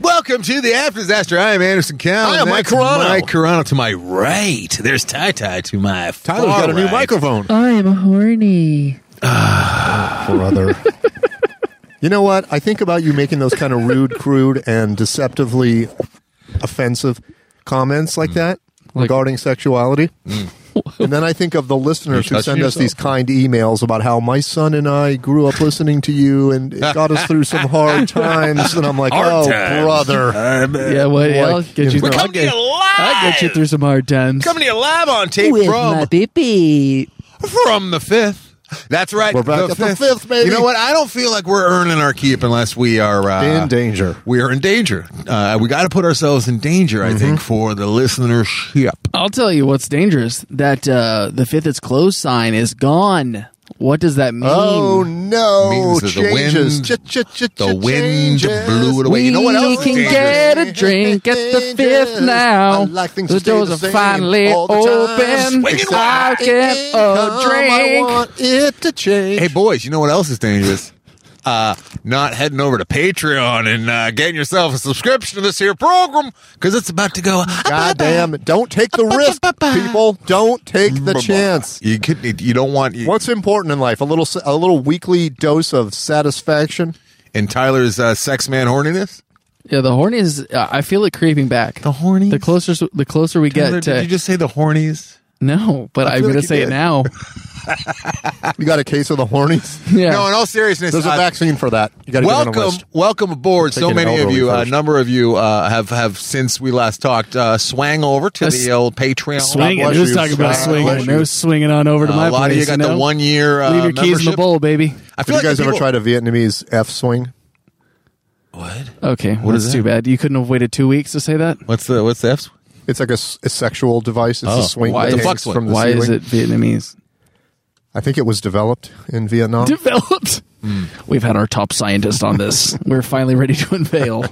Welcome to the After Disaster. I am Anderson Cowan. I am Mike That's Carano. Mike Carano to my right. There's Ty Ty to my Tyler's far got a new right. microphone. I am horny. Brother. you know what? I think about you making those kind of rude, crude, and deceptively offensive comments Mm. like that regarding sexuality. And then I think of the listeners You who send touching us these kind emails about how my son and I grew up listening to you and it got us through some hard times. And I'm like, Hard oh, times. brother. I'm, uh, Yeah, what? Like, I'll get you. We're through- I'll coming get, to you live. I'll get you through some hard times. Coming to you live on tape from pee from the fifth. That's right. We're back at the fifth, baby. You know what? I don't feel like we're earning our keep unless we are uh, In danger. We are in danger. Uh, we got to put ourselves in danger. Mm-hmm. I think for the listenership. I'll tell you what's dangerous. That uh, the fifth is closed sign is gone. What does that mean? Oh, no. Means that the Changes. wind- Ch-ch-ch-ch- The wind changes. blew it away. We you know what else? is can dangerous? get a drink at the fifth now. I like things to the stay doors the are same finally all the time. open. Swinging I wide. get Come, a I drink. want it to change. Hey boys, you know what else is dangerous? Uh, not heading over to Patreon and uh, getting yourself a subscription to this here program because it's about to go. God damn it. Don't take the risk, people. Don't take the chance. You could. You don't want. You, What's important in life? A little s- a little weekly dose of satisfaction. And Tyler's uh, sex man horniness. Yeah, the horny is. Uh, I feel it creeping back. The hornies? The closer, the closer we Tyler, get did to. you just say the hornies? no, but I'm feel gonna like you say did. it now. You got a case of the hornies? Yeah. No, in all seriousness, There's a uh, vaccine for that. You got to get on a welcome, list. welcome aboard. So Taking an many of elderly you, a first. number of you, uh, have have since we last talked, uh, swang over to That's- the old Patreon. swinging. bless Who's you. talking about God swinging? bless No you. swinging on over to Uh, my a lot place. of you got know? the one year. Uh, Leave your keys in the membership. bowl, baby. I feel Did you like guys the ever people- tried a Vietnamese F swing? What? Okay, well, is that's too bad. You couldn't have waited two weeks to say that. What's the what's the F? It's like a, s- a sexual device. It's Oh. a swing Why that is- hangs The fuck swing. from the Why ceiling. is it Vietnamese? I think it was developed in Vietnam. Developed. Hmm. We've had our top scientist on this. We're finally ready to unveil.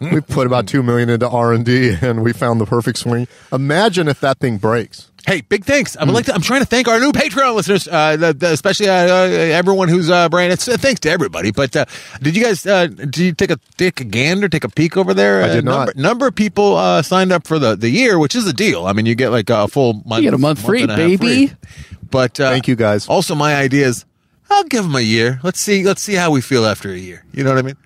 we put about two million into R and D, and we found the perfect swing. Imagine if that thing breaks. Hey, big thanks. Hmm. I would like to, I'm trying to thank our new Patreon listeners, uh, the, the, especially uh, uh, everyone who's uh, brand. It's uh, thanks to everybody. But uh, did you guys uh, did you take a take a gander, take a peek over there? I did Uh, number, not. Number of people uh, signed up for the the year, which is a deal. I mean, you get like a full month. You get a month free, and a half baby. free. But uh, Thank you, guys. Also, my idea is I'll give them a year. Let's see. Let's see how we feel after a year. You know what I mean?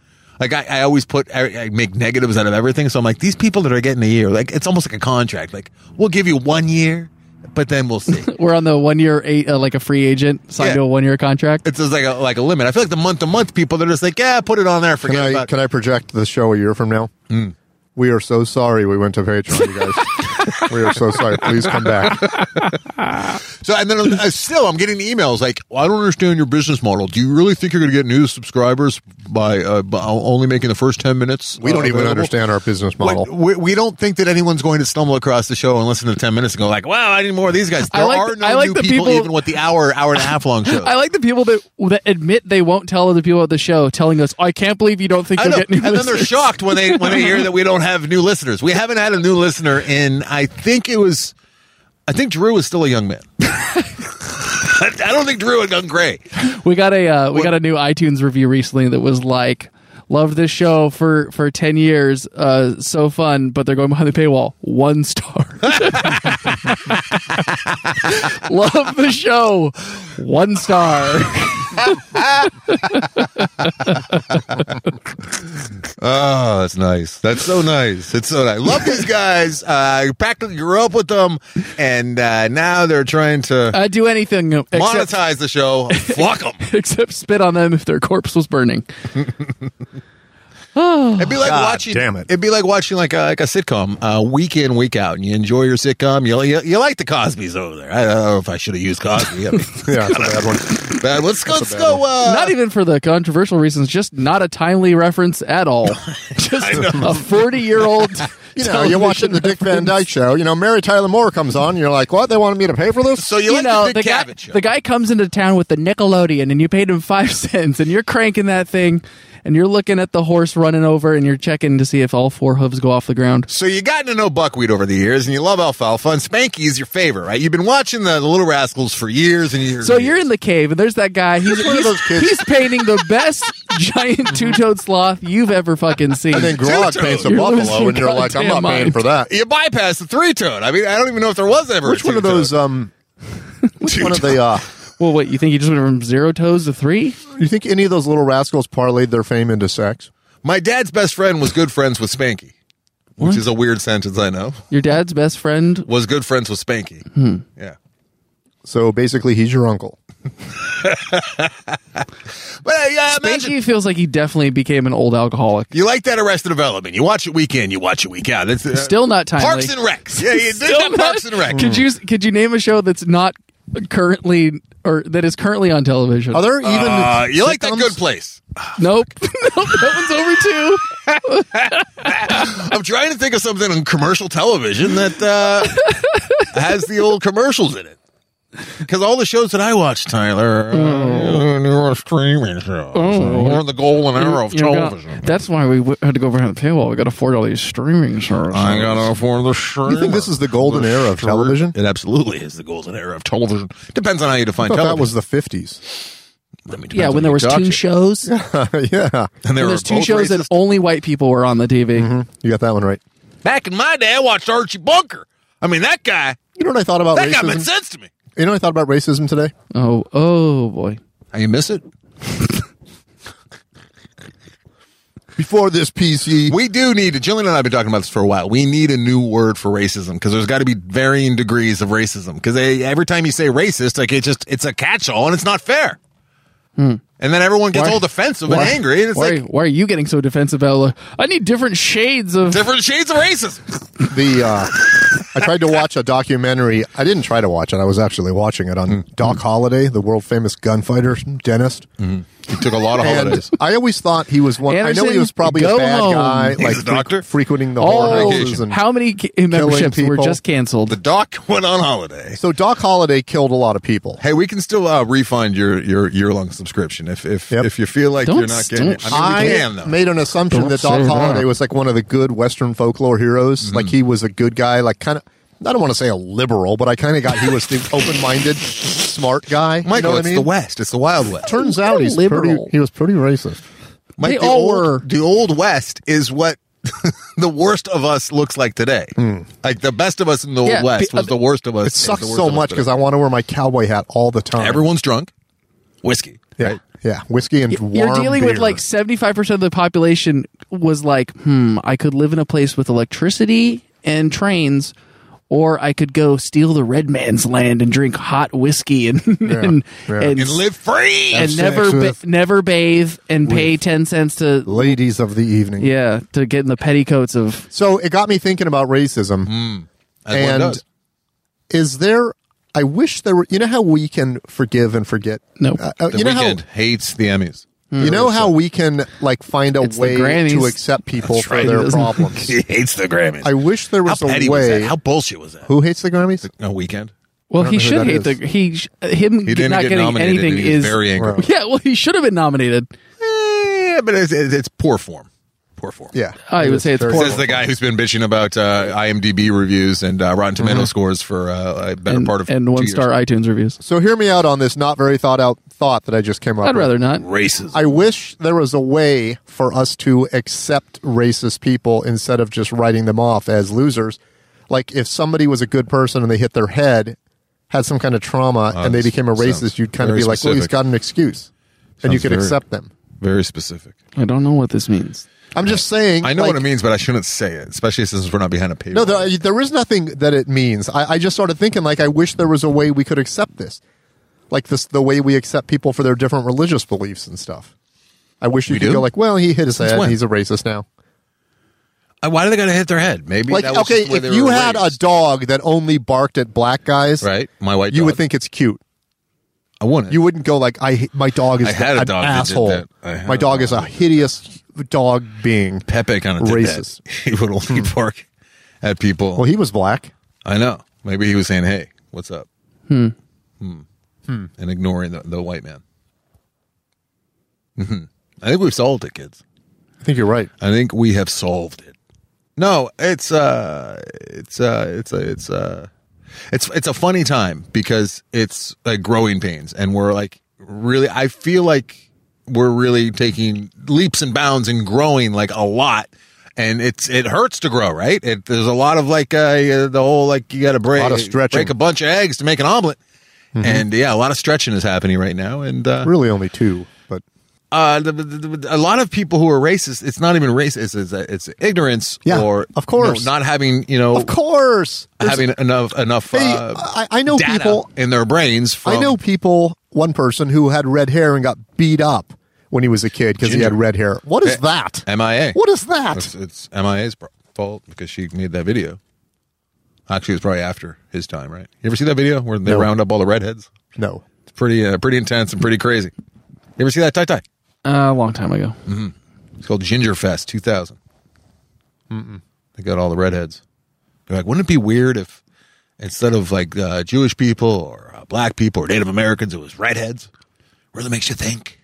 Like I, I always put, I, I make negatives out of everything. So I'm like, these people that are getting a year, like it's almost like a contract. Like we'll give you one year, but then we'll see. We're on the one year eight, uh, like a free agent signed Yeah. to a one year contract. it's just like a like a limit. I feel like the month to month people they're just like, yeah, put it on there, Can forget I about. it. can I project the show a year from now? Hmm. We are so sorry we went to Patreon, you guys. we are so sorry. Please come back. so and then uh, still, I'm getting emails like, well, I don't understand your business model. Do you really think you're going to get new subscribers by, uh, by only making the first ten minutes? We uh, don't even available? understand our business Wait, model. We, we don't think that anyone's going to stumble across the show and listen to 10 minutes and go like, wow, I need more of these guys. I There like are the- no I like new the people, people- even with the hour, hour and a half long show. I like the people that that admit they won't tell other people at the show, telling us, "I can't believe you don't think I you'll know. get new." And then they're listeners." shocked when they when they hear that we don't have new listeners. We haven't had a new listener in I think it was I think Drew was still a young man. I I don't think Drew had gone gray. We got a uh, we got a new iTunes review recently that was like, "Loved this show for for ten years, uh, so fun." But they're going behind the paywall. One star. Love the show. One star. Oh, that's nice. That's so nice. It's so nice. Love these guys. Uh, you practically grew up with them, and uh, now they're trying to I'd do anything Uh, except monetize the show. Fuck them. except spit on them if their corpse was burning. It'd be like God watching. damn it. would be like watching like a, like a sitcom, uh, week in week out, and you enjoy your sitcom. You you, you like the Cosby's over there. I don't know if I should have used Cosby. I mean, yeah, that's a bad one. bad. Let's go. Let's bad go. Uh, not even for the controversial reasons, just not a timely reference at all. just a forty-year-old. You know, you're watching the Dick Van Dyke show. You know, Mary Tyler Moore comes on. And you're like, what? They wanted me to pay for this? so you, like the big guy, cabbage. the guy comes into town with the Nickelodeon, and you paid him five cents, and you're cranking that thing, and you're looking at the horse running over, and you're checking to see if all four hooves go off the ground. so you gotten to know buckwheat over the years, and you love alfalfa, and Spanky is your favorite, right? You've been watching the, the Little Rascals for years and years. So and you're years. in the cave, and there's that guy. He's one he's, of those kids- he's painting the best giant two-toed sloth you've ever fucking seen. And then Grog Two-toed. paints a You're buffalo, losing and you're like, I'm not goddamn paying for that. You bypass the three tone. I mean, I don't even know if there was ever Which a one of three-tone. those? Um, which one of the? Uh, well, wait, you think he just went from zero toes to three? you think any of those little rascals parlayed their fame into sex? My dad's best friend was good friends with Spanky, which is a weird sentence I know. Your dad's best friend? Was good friends with Spanky. Yeah. So basically, he's your uncle. But uh, yeah, imagine Spanky feels like he definitely became an old alcoholic. you like that Arrested Development. You watch it week in, you watch it week out. That's uh, Still not timely. Parks and Recs. Yeah, you did that Parks and Rec. Could you could you name a show that's not currently or that is currently on television? Are there even? Uh, you like that sitcoms? good place? nope. nope. That one's over too. I'm trying to think of something on commercial television that uh, has the old commercials in it. Because all the shows that I watch, Tyler, Oh. uh, are streaming shows. Or the golden era of You know, television. that's why we w- had to go behind the paywall. We got to afford all these streaming services. I gotta afford the streamer. You think this is the golden era of television? It absolutely is the golden era of television. Depends on how you define I thought television. that was the 50s. I mean, depends yeah, on when there your was two gotcha. shows. Yeah. and there yeah, When were there's two both shows races. Mm-hmm. that only white people were on the TV. you got that one right. Back in my day, I watched Archie Bunker. I mean, that guy. You know what I thought about That guy made racism? sense to me. You know what I thought about racism today? Oh, oh boy. How you miss it? Before this PC, We do need to. Jillian and I have been talking about this for a while. We need a new word for racism because there's got to be varying degrees of racism. Because every time you say racist, like it just it's a catch-all and it's not fair. And then everyone gets Why- all defensive why- and angry, and it's Hmm. Why, like why are you getting so defensive, Ella? I need different shades of. different shades of racism. the uh, I tried to watch a documentary. I didn't try to watch it. I was actually watching it on Hmm. Doc Holliday, the world famous gunfighter dentist. Hmm. He took a lot of And I always thought he was one. I know he Anderson, was probably a go bad home. guy, He's like a doctor? frequenting the Oh, all horses and how many ca- memberships were people. just canceled? The doc went on holiday. So Doc Holliday killed a lot of people. Hey, we can still uh, refund your your year long subscription if if Yep. if you feel like Don't you're not getting it. st- I mean, we I can though. made an assumption Don't that say Doc that. Holliday was like one of the good Western folklore heroes. Mm-hmm. Like he was a good guy, like kind of. I don't want to say a liberal, but I kind of got he was the open-minded, smart guy. You Michael, know what it's I mean? the West. It's the Wild West. Turns out he's Liberal. pretty. He was pretty racist. Mike, They the all old, were. The old West is what the worst of us looks like today. Like the best of us in the Yeah, old West be- uh, was the worst of us. Hmm. It is sucks the worst so of us much today. because I want to wear my cowboy hat all the time. everyone's drunk, whiskey. yeah, yeah, whiskey and warm You're dealing with beer. like 75% of the population was like, hmm, I could live in a place with electricity and trains, or I could go steal the red man's land and drink hot whiskey and and, yeah. and, and live free. and sex never ba- with- never bathe and pay 10 cents to ladies of the evening. yeah, to get in the petticoats of So it got me thinking about racism. Hmm. As one and does. Is there? I wish there were. You know how we can forgive and forget. No. Uh, uh, the you know weekend hates the Emmys. how you know how we can like find a the way to grannies. accept people for right. their Doesn't- problems. He hates the Grammys. I wish there How was petty a was way. that? How bullshit was that? who hates the Grammys? a weekend. well, don't he know who should that hate the is. he sh- him He didn't not get getting nominated. and anything he was is very angry. Right. Yeah, well, he should have been nominated. Eh, but it's, it's, it's poor form. Poor form. Yeah, I would say it's very- poor. Says the guy who's been bitching about uh, IMDb reviews and uh, Rotten Mm-hmm. Tomato scores for uh, a better And, part of and two one star years. iTunes reviews. So hear me out on this not very thought out thought that I just came up. I'd with. rather not. racism. I wish there was a way for us to accept racist people instead of just writing them off as losers. Like if somebody was a good person and they hit their head, had some kind of trauma, and they that's- became a Uh, sounds racist, you'd kind of very be like, well, he's specific. got an excuse. and you Sounds could very- accept them. Very specific. I don't know what this means. I'm just saying. I know like, what it means, but I shouldn't say it, especially since we're not behind a paywall. No, there, there is nothing that it means. I, I just started thinking, like, I wish there was a way we could accept this. Like this, the way we accept people for their different religious beliefs and stuff. I wish you We could do? go like, well, he hit his head. when? and He's a racist now. Uh, why do they got to hit their head? Maybe like that was okay just the way if they you were had a raised. dog that only barked at black guys right, my white. you dog. would think it's cute I wouldn't. you wouldn't go like i my dog is I had a an dog that did asshole that. I had my a dog dog is a hideous dog being Pepe kind of Racist. He would only bark at people. well he was black I know. Maybe he was saying, "Hey, what's up?" Hmm. Hmm. And ignoring the, the white man. hmm I think we've solved it, kids. i think you're right I think we have solved it. No, it's uh it's uh it's a it's uh it's it's a funny time because it's like growing pains and we're like really I feel like we're really taking leaps and bounds and growing like a lot. And it's it hurts to grow, right? It, there's a lot of like uh, uh, the whole like you got to break Lot of stretching. Mm-hmm. break a bunch of eggs to make an omelet, and yeah, a lot of stretching is happening right now. And uh, Really, only two, but uh, the, the, the- a lot of people who are racist, it's not even racist, it's, it's ignorance Yeah, or of course. you know, not having you know of course, There's- having enough enough They- uh, I- I know data people- in their brains. From, I know people. One person who had red hair and got beat up when he was a kid because he had Ginger. Eh, red hair. What is that? MIA. What is that? It's, it's MIA's pro- fault because she made that video. Actually, it was probably after his time, right? You ever see that video where they No. round up all the redheads? No. It's pretty uh, pretty intense and pretty crazy. You ever see that tie tie? Uh, a long time ago. It's called Ginger Fest 2000. They got all the redheads. They're like, wouldn't it be weird if instead of like uh, Jewish people or uh, black people or Native Americans, it was redheads? Really makes you think.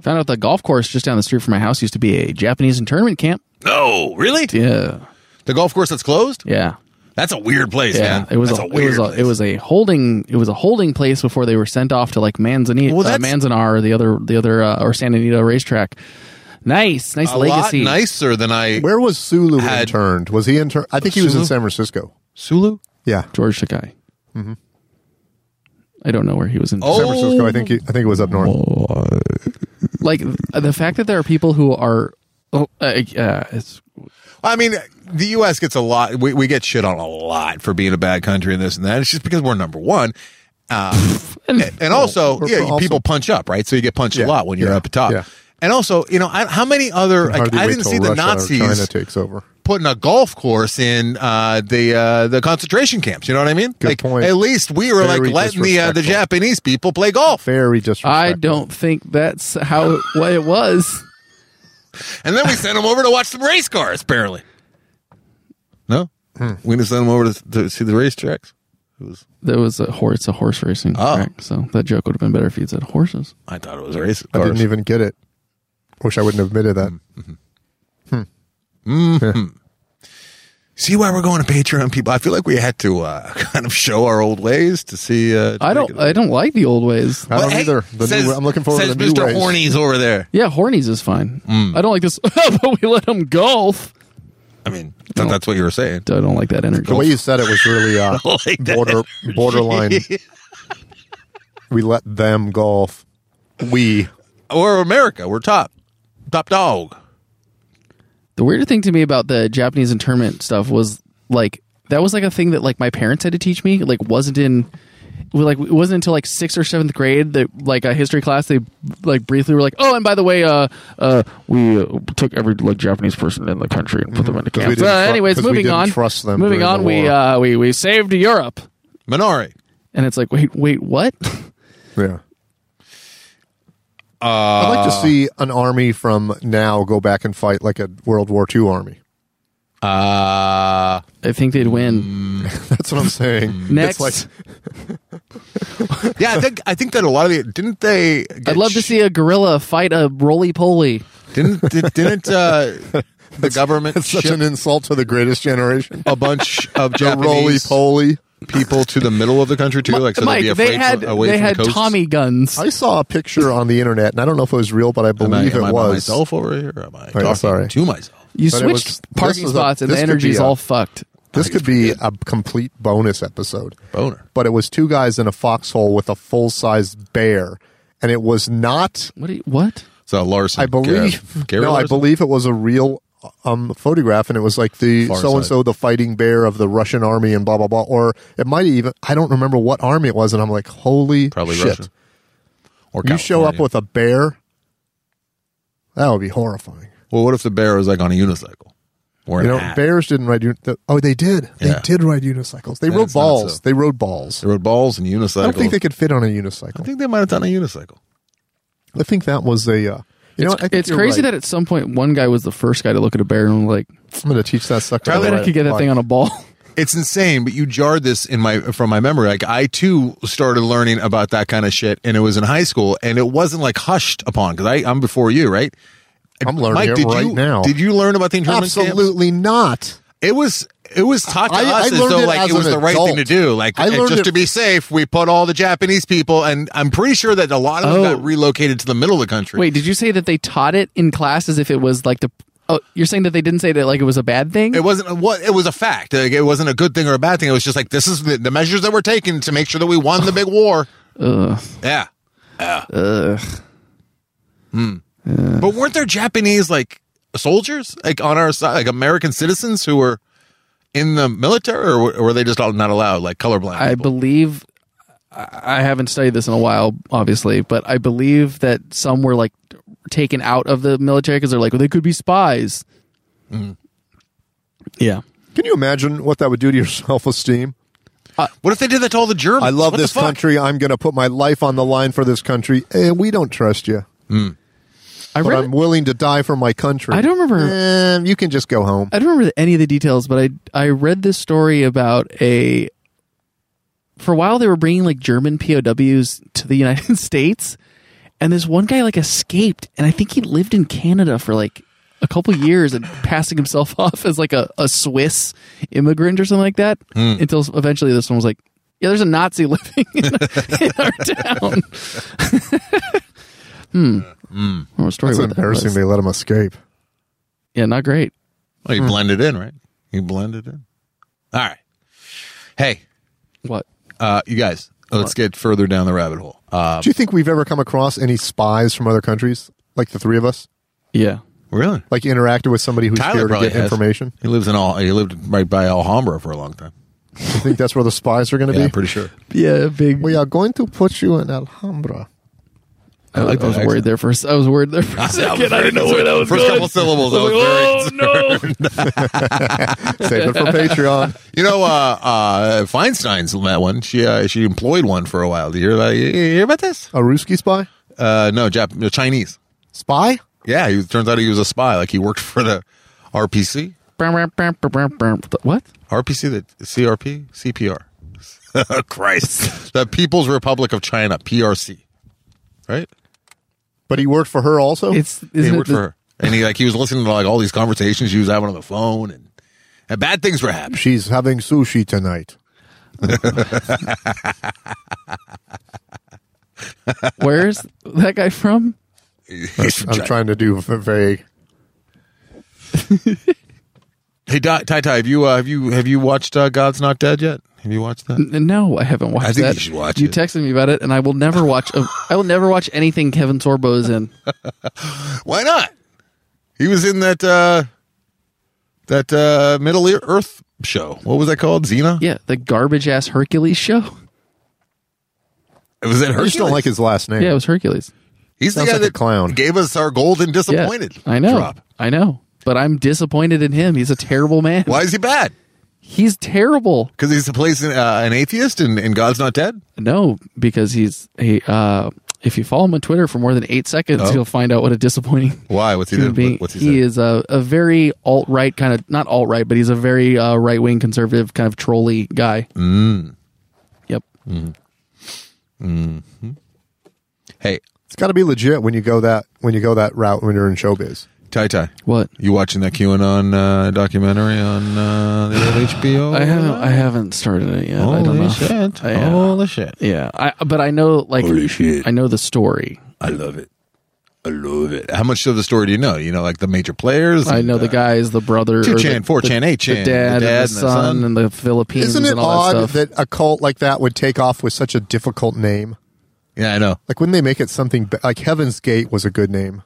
Found out the golf course just down the street from my house used to be a Japanese internment camp. No, really? Yeah, The golf course that's closed? yeah, That's a weird place, yeah. man. It was that's a, it was a, place. it was a holding it was a holding place before they were sent off to like Manzanita, Well, uh, that's- Manzanar, or the other the other uh, or San Anita racetrack. Nice, nice a legacy. lot nicer than I. Where was Sulu Had- interned? Was he interned? I think he was Sulu? in San Francisco. Sulu? Yeah. George Sakai. I don't know where he was in. Mm-hmm. Oh. San Francisco. I think he, I think it was up north. Oh. Like the fact that there are people who are. Oh, uh, uh, it's, I mean, the U.S. gets a lot. We, we get shit on a lot for being a bad country and this and that. It's just because we're number one. Um, And also, we're yeah, also- people punch up, right? So you get punched Yeah, a lot when you're yeah, up top. yeah. And also, you know, I, how many other? Like, Hardly I wait didn't till see the Russia or China Nazis takes over. putting a golf course in uh, the uh, the concentration camps. You know what I mean? Good like, point. At least we were Very like letting the uh, the disrespectful. Japanese people play golf, Very disrespectful. I don't think that's how it, what it was. and then we sent them over to watch some race cars. Apparently, no, Hmm. we just sent them over to, to see the racetracks. It was There was a horse. It's a horse racing Oh. track, so that joke would have been better if you said horses. I thought it was racist. I didn't cars. even get it. Wish I wouldn't have admitted that. see why we're going to Patreon, people. I feel like we had to uh, kind of show our old ways to see. Uh, to I don't. make it- I don't like the old ways. I Well, don't hey, either. The says- new, I'm looking forward says to the new Mr. ways. Horny's over there. Yeah, hornies is fine. I don't like this, but we let them golf. I mean, th- that's what you were saying. I don't like that energy. The way you said it was really uh, like that border borderline. we let them golf. We We're America. We're top, top dog. The weirder thing to me about the Japanese internment stuff was like that was like a thing that like my parents had to teach me. Like wasn't in well, like it wasn't until like sixth or seventh grade that like a history class they like briefly were like, oh, and by the way, uh, uh, we uh, took every like Japanese person in the country and put them into we camps. Uh, didn't tru- anyways, Mm-hmm. 'cause we moving didn't on. trust them moving during on, the we war. uh, we we saved Europe, Minari. and it's like wait, wait, what? yeah. Uh, I'd like to see an army from now go back and fight like a World War II army. Uh, I think they'd win That's what I'm saying. next. Mm. It's like, yeah, I think I think that a lot of the didn't they? Get I'd love to sh- see a gorilla fight a roly poly. Didn't did, didn't uh, the government it's such ship an insult to the greatest generation. a bunch of The roly Japanese poly. people to the middle of the country too? Like so they'd Mike, be afraid they had from, away they from had the coast. Tommy guns. I saw a picture on the internet, and I don't know if it was real, but I Am I, believe am I by it was. myself over here? Or am I I'm talking sorry. to myself? You But it switched was- parking this was a- spots and the this could energy's be a- all fucked. This could be a complete bonus episode. Boner. But it was two guys in a foxhole with a full sized bear. And it was not, What? Do you, what? So Larson, I believe, Gar- uh, Gary no, I Larson? believe it was a real um, photograph. And it was like the Far so and so, the fighting bear of the Russian army and blah, blah, blah. Or it might even, I don't remember what army it was. And I'm like, holy probably shit. Russian. Or You show up California. with a bear? That would be horrifying. Well, what if the bear was like on a unicycle? Or You an know, ass? bears didn't ride. Uni- the- oh, they did. They Yeah. did ride unicycles. They Yeah, rode it's not balls. so- They rode balls. They rode balls and unicycles. I don't think they could fit on a unicycle. I think they might have done a unicycle. I think that was a. Uh, you know, what? I think It's you're crazy right. that at some point one guy was the first guy to look at a bear and was like, I'm going to teach that sucker. "I to bet I ride could get that bike." thing on a ball." It's insane, but you jarred this in my from my memory. Like I too started learning about that kind of shit, and it was in high school, and it wasn't like hushed upon because I I'm before you, right? I'm learning Mike, it did right you, now. Did you learn about the internment camps? Absolutely not. It was it was taught to I- I us as learned though it like as it was an the right thing adult. to do. Like I it- learned just it- to be safe, we put all the Japanese people, and I'm pretty sure that a lot of them Oh. got relocated to the middle of the country. Wait, did you say that they taught it in class as if it was like the? Oh, you're saying that they didn't say that like it was a bad thing? It wasn't what it was a fact. Like, it wasn't a good thing or a bad thing. It was just like this is the, the measures that were taken to make sure that we won the big war. Yeah. Yeah. Hmm. But weren't there Japanese like soldiers like on our side, like American citizens who were in the military, or were- or were they just all not allowed, like colorblind? I people? believe I I haven't studied this in a while, obviously, but I believe that some were like taken out of the military because they're like well, they could be spies. Yeah, Can you imagine what that would do to your self esteem? what if they did that to all the Germans? I love What the this fuck? country. I'm going to put my life on the line for this country. Eh, we don't trust you, I but read. I'm willing to die for my country. I don't remember- Eh, you can just go home. I don't remember any of the details, but I I read this story about a. For a while, they were bringing like German POWs to the United States, and this one guy like escaped, and I think he lived in Canada for like a couple years and passing himself off as like a, a Swiss immigrant or something like that. Until eventually, this one was like, "Yeah, there's a Nazi living in, in our town." hmm. What a story about It's that embarrassing. was. They let him escape. Yeah, not great. Well, you Mm. blended in, right? You blended in. All right. Hey, What? uh, you guys, let's get further down the rabbit hole. Uh, Do you think we've ever come across any spies from other countries, like the three of us? Yeah. really? Like interacted with somebody who's Tyler here to probably get has. information? He lives in all. He lived right by Alhambra for a long time. You think that's where the spies are going to Yeah, I'm be? pretty sure. Yeah, big. we are going to put you in Alhambra. I like I was that worried there for. a- I was worried there for a accent. second. I didn't know where that was First going. couple syllables. I I was was very like, oh no! Save it for Patreon. You know, uh, uh, Feinstein's that one. She uh, she employed one for a while. Did you hear about, you hear about this? A Ruski spy? Uh, no, Jap- no, Chinese. Spy? Yeah, he turns out he was a spy. Like he worked for the RPC, What? RPC, the CRP, CPR. Christ, the People's Republic of China, PRC. Right? But he worked for her also? It's He isn't it worked the- for her, and he like he was listening to like all these conversations she was having on the phone, and, and bad things were happening. She's having sushi tonight. where's that guy from? He's from I'm China. trying to do v- vague. Hey, Di- Ty Ty, have you uh, have you have you watched uh, God's Not Dead yet? Have you watched that? N- No, I haven't watched I think that. you should watch You it. texted me about it, and I will never watch. A, I will never watch anything Kevin Sorbo is in. Why not? He was in that uh that uh Middle Ear- Earth show. What was that called? Xena? Yeah, the garbage ass Hercules show. It was that I her. just don't like his last name. Yeah, it was Hercules. He's the Sounds guy like a that clown. gave us our golden Yeah, disappointed. I know. Drop. I know. But I'm disappointed in him. He's a terrible man. Why is he bad? He's terrible. Because he's replacing uh, an atheist and, and God's not dead. No, because he's he. Uh, if you follow him on Twitter for more than eight seconds, Oh. you'll find out what a disappointing Why? What's he human doing? being. What's he, he saying? is a, a very alt right kind of not alt right, but he's a very uh, right wing conservative kind of trolly guy. Mm. Yep. Hey, It's got to be legit when you go that when you go that route when you're in showbiz. Ty Ty, What? you watching that QAnon uh, documentary on uh, the old HBO? I haven't I haven't started it yet. I don't Holy know. shit! I, uh, Holy shit! Yeah, I, but I know like Holy shit. I know the story. I love it. I love it. How much of the story do you know? You know, like the major players. I and, know the uh, guys, the brother, or the- 2chan, the- 4chan, 8chan, the the dad, and the, dad and the son, son. and the Philippines, Isn't it and all odd that stuff. that a cult like that would take off with such a difficult name? Yeah, I know. Like, wouldn't they make it something be- like Heaven's Gate was a good name?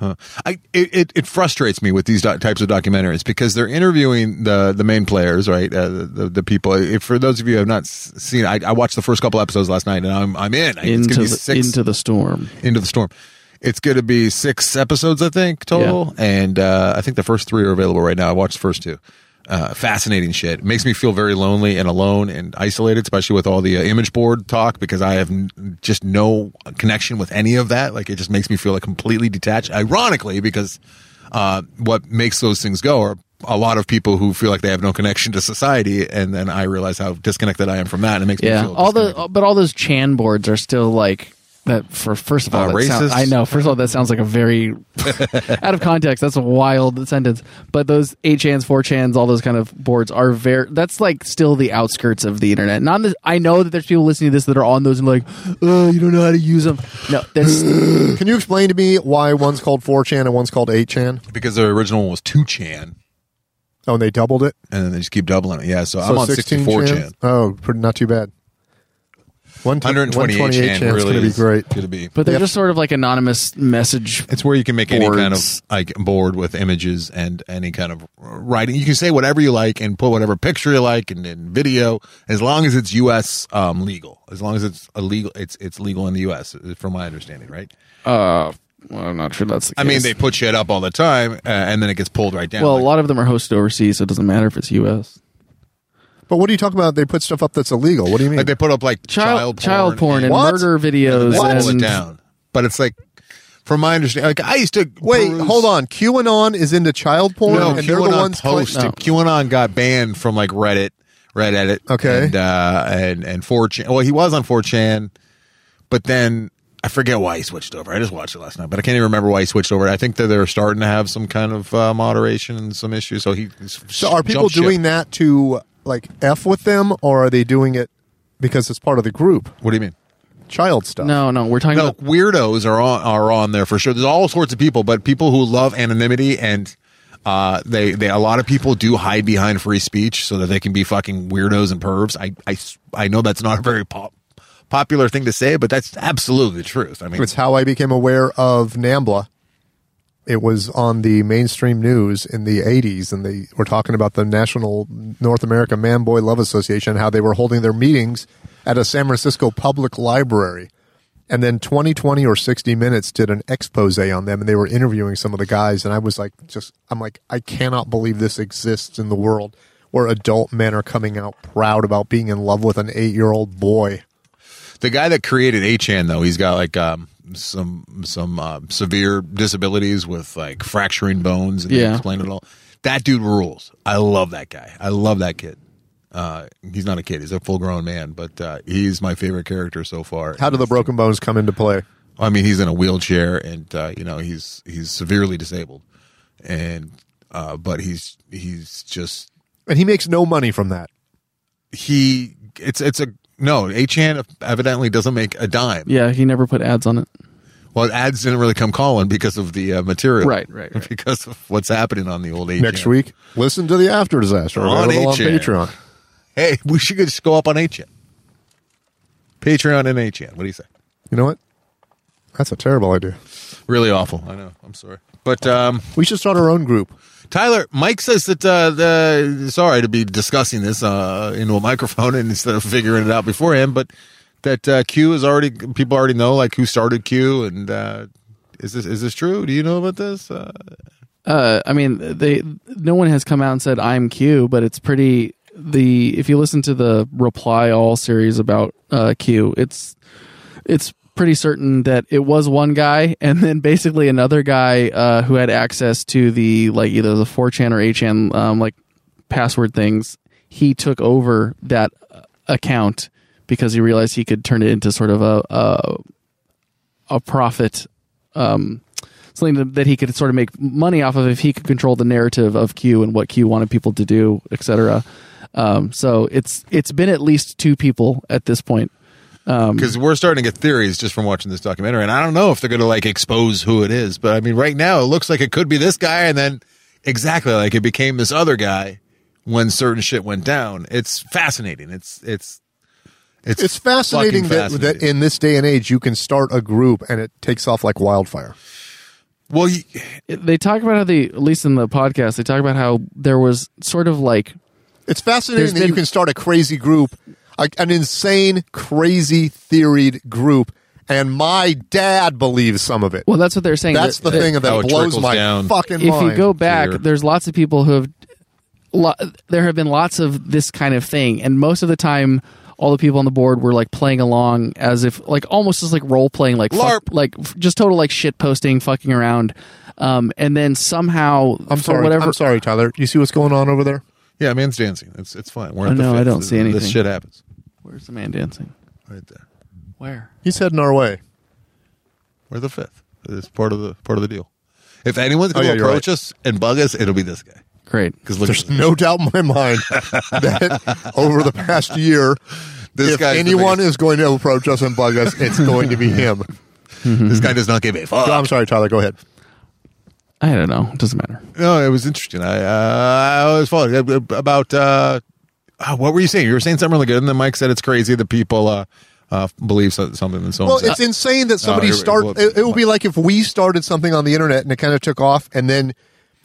I it, it, it frustrates me with these doc- types of documentaries because they're interviewing the the main players, right? Uh, the, the the people. If, for those of you who have not s- seen, I, I watched the first couple episodes last night, and I'm I'm in. I- it's into gonna be the, six into the storm. into the storm. It's going to be six episodes, I think, total. And uh, I think the first three are available right now. I watched the first two. Uh, fascinating shit. It makes me feel very lonely and alone and isolated, especially with all the uh, image board talk because I have n- just no connection with any of that. Like it just makes me feel like completely detached. Ironically, because uh, what makes those things go are a lot of people who feel like they have no connection to society, and then I realize how disconnected I am from that, and it makes me Yeah, feel all disconnected. the but all those Chan boards are still like that for first of all, Uh, that sound- racist? I know. First of all, that sounds like a very out of context. That's a wild sentence. But those eight chans, four chans, all those kind of boards are very. That's like still the outskirts of the internet. Not this, I know that there's people listening to this that are on those and like, oh, you don't know how to use them. No, that's Can you explain to me why one's called 4chan and one's called 8chan? because their original one was two chan, Oh, and they doubled it. and then they just keep doubling it. Yeah, so, I'm on sixty four chan. Oh, pretty, not too bad. One t- One hundred twenty eight 128 chan chan's really going to be is great. Gonna be. but they're Yep. just sort of like anonymous message. It's where you can make any kind of Boards. like board with images and any kind of writing. You can say whatever you like and put whatever picture you like and, and video, as long as it's U.S. Um, legal. As long as it's illegal, it's it's legal in the U.S. From my understanding, right? Uh, well, I'm not sure that's. The I mean, case. they put shit up all the time, uh, and then it gets pulled right down. Well, Like, a lot of them are hosted overseas, so it doesn't matter if it's U.S. But what do you talk about? They put stuff up that's illegal. What do you mean? like they put up like child Child, child porn and What? murder videos. What? Pull it and down. But it's like, from my understanding, like I used to Wait, peruse- hold on. QAnon is into child porn, No, and QAnon they're the ones cla- post. QAnon got banned from like Reddit, Reddit. Okay. and uh, and and 4chan. Well, he was on 4chan, but then I forget why he switched over. I just watched it last night, but I can't even remember why he switched over. I think that they're starting to have some kind of uh, moderation and some issues. So he So are people doing that to like f with them, or are they doing it because it's part of the group? What do you mean? Child stuff. No, no, we're talking No, about weirdos are on are on there for sure. There's all sorts of people, but people who love anonymity and uh, they they a lot of people do hide behind free speech so that they can be fucking weirdos and pervs. I I s- I know that's not a very pop, popular thing to say, but that's absolutely the truth. I mean, It's how I became aware of Nambla. It was on the mainstream news in the 80s, and they were talking about the National North America Man Boy Love Association, how they were holding their meetings at a San Francisco public library. And then 2020 or 60 Minutes did an expose on them, and they were interviewing some of the guys. And I was like, just, I'm like, I cannot believe this exists in the world where adult men are coming out proud about being in love with an eight year old boy. the guy that created Achan though, he's got like um some some uh, severe disabilities with like fracturing bones and yeah. Yeah. explained it all. That dude rules. I love that guy. I love that kid. Uh, he's not a kid. He's a full grown man, but uh, he's my favorite character so far. How do the broken bones come into play? I mean, he's in a wheelchair, and uh, you know he's he's severely disabled, and uh, but he's he's just and he makes no money from that. he. It's it's a no. Achan evidently doesn't make a dime. yeah. He never put ads on it. Well, ads didn't really come calling because of the uh, material, Right, right, right. Because of what's happening on the old Achan. Next week, listen to the After Disaster On available on 8chan. Patreon. hey, we should just go up on Achan, Patreon and Achan. What do you say? You know what? That's a terrible idea. Really awful. I know. I'm sorry, but um, We should start our own group. Tyler, Mike says that uh, the sorry to be discussing this uh, into a microphone and instead of figuring it out beforehand, but that uh, Q is already people already know like who started Q and uh, is this is this true? Do you know about this? Uh, Uh, I mean, they no one has come out and said I'm Q, but it's pretty. The if you listen to the Reply All series about uh, Q, it's it's pretty certain that it was one guy, and then basically another guy uh, who had access to the like either the 4chan or 8chan um, like password things. He took over that uh, account because he realized he could turn it into sort of a a, a profit um, something that- that he could sort of make money off of if he could control the narrative of Q and what Q wanted people to do, etc. Um, so it's it's been at least two people at this point. because we're starting to get theories just from watching this documentary, and I don't know if they're going to like expose who it is. But I mean, right now it looks like it could be this guy, and then exactly like it became this other guy when certain shit went down. It's fascinating. It's it's it's It's fascinating, fucking That, fascinating. that in this day and age, you can start a group and it takes off like wildfire. well, you, They talk about how the at least in the podcast they talk about how there was sort of like It's fascinating There's that you been- can start a crazy group, a, an insane, crazy theoried group. And my dad believes some of it. well that's what they're saying. That's the That- thing that how Oh, it blows trickles my down. fucking if mind. you go back, Clear. there's lots of people who have. Lo- there have been lots of this kind of thing, and most of the time, all the people on the board were like playing along as if, like, almost just like role playing, like fuck- LARP. like f- just total like shit posting, fucking around, um, and then somehow I'm for sorry. whatever I'm sorry, Tyler. You see what's going on over there? Yeah, man's dancing. It's it's fine. We're Oh, at the no, I fifth. don't This- see anything. This shit happens Where's the man dancing? right there. Where? He's heading our way. We're the fifth. It's part of the part of the deal. If anyone's going Oh, yeah, to you're approach us and bug us, it'll be this guy. Great. Because look, There's no doubt in my mind that over the past year, This if guy's the anyone biggest- is going to approach us and bug us, it's going to be him. this mm-hmm. guy does not give a fuck. No, I'm sorry, Tyler. Go ahead. I don't know. It doesn't matter. No, it was interesting. I uh, I was following about uh, uh, what were you saying? You were saying something really good, and then Mike said it's crazy that people uh, uh, believe so- something and so Well, on. it's insane that somebody you're- start. well, it, it would be like if we started something on the internet and it kind of took off, and then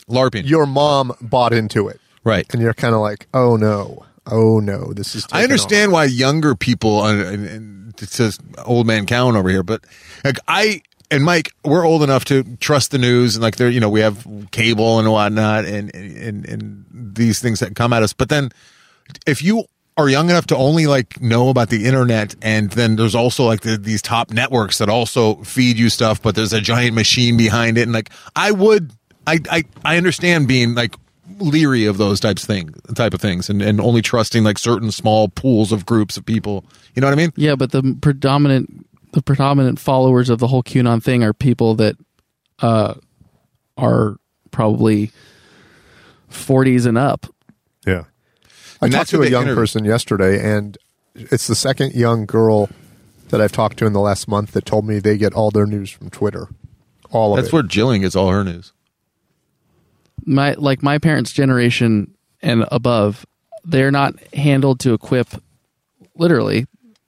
Uh, LARPing, your mom bought into it, right? and you're kind of like, oh no, oh no, this I is. taking off. understand why younger people, uh, and, and it says old man Cowan over here, but like I and Mike, we're old enough to trust the news, and like there, you know, we have cable and whatnot, and and and these things that come at us. But then, if you are young enough to only like know about the internet, and then there's also like the, these top networks that also feed you stuff, but there's a giant machine behind it, and like I would, I I, I understand being like leery of those types thing type of things and, and only trusting like certain small pools of groups of people you know what i mean Yeah, but the predominant the predominant followers of the whole QAnon thing are people that uh, are probably 40s and up. Yeah. I And talked that's who to a they young interview. person yesterday, and it's the second young girl that I've talked to in the last month that told me they get all their news from Twitter. All of that's it. where jilling gets all her news My like my parents' generation and above, they're not handled to equip literally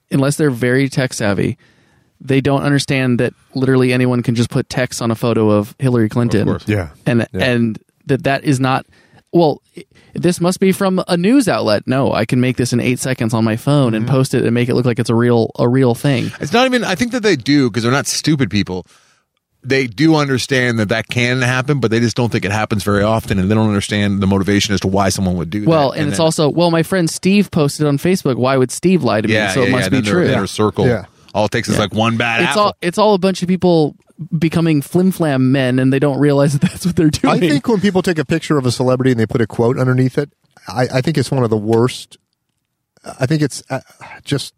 unless they're very tech savvy. They don't understand that literally anyone can just put text on a photo of Hillary Clinton. course. yeah. and Yeah. and that that is not well i- this must be from a news outlet no i can make this in 8 seconds on my phone and post it and make it look like it's a real a real thing it's not even i think that they do because they're not stupid people they do understand that that can happen but they just don't think it happens very often and they don't understand the motivation as to why someone would do well that and, it's then- also well my friend steve posted on facebook why would steve lie to me yeah so yeah, it yeah, must then be their true inner circle Yeah. all it takes is like one bad it's apple all it's all a bunch of people becoming flimflam men and they don't realize that that's what they're doing I think when people take a picture of a celebrity and they put a quote underneath it, I, I think it's one of the worst. I think it's uh, just.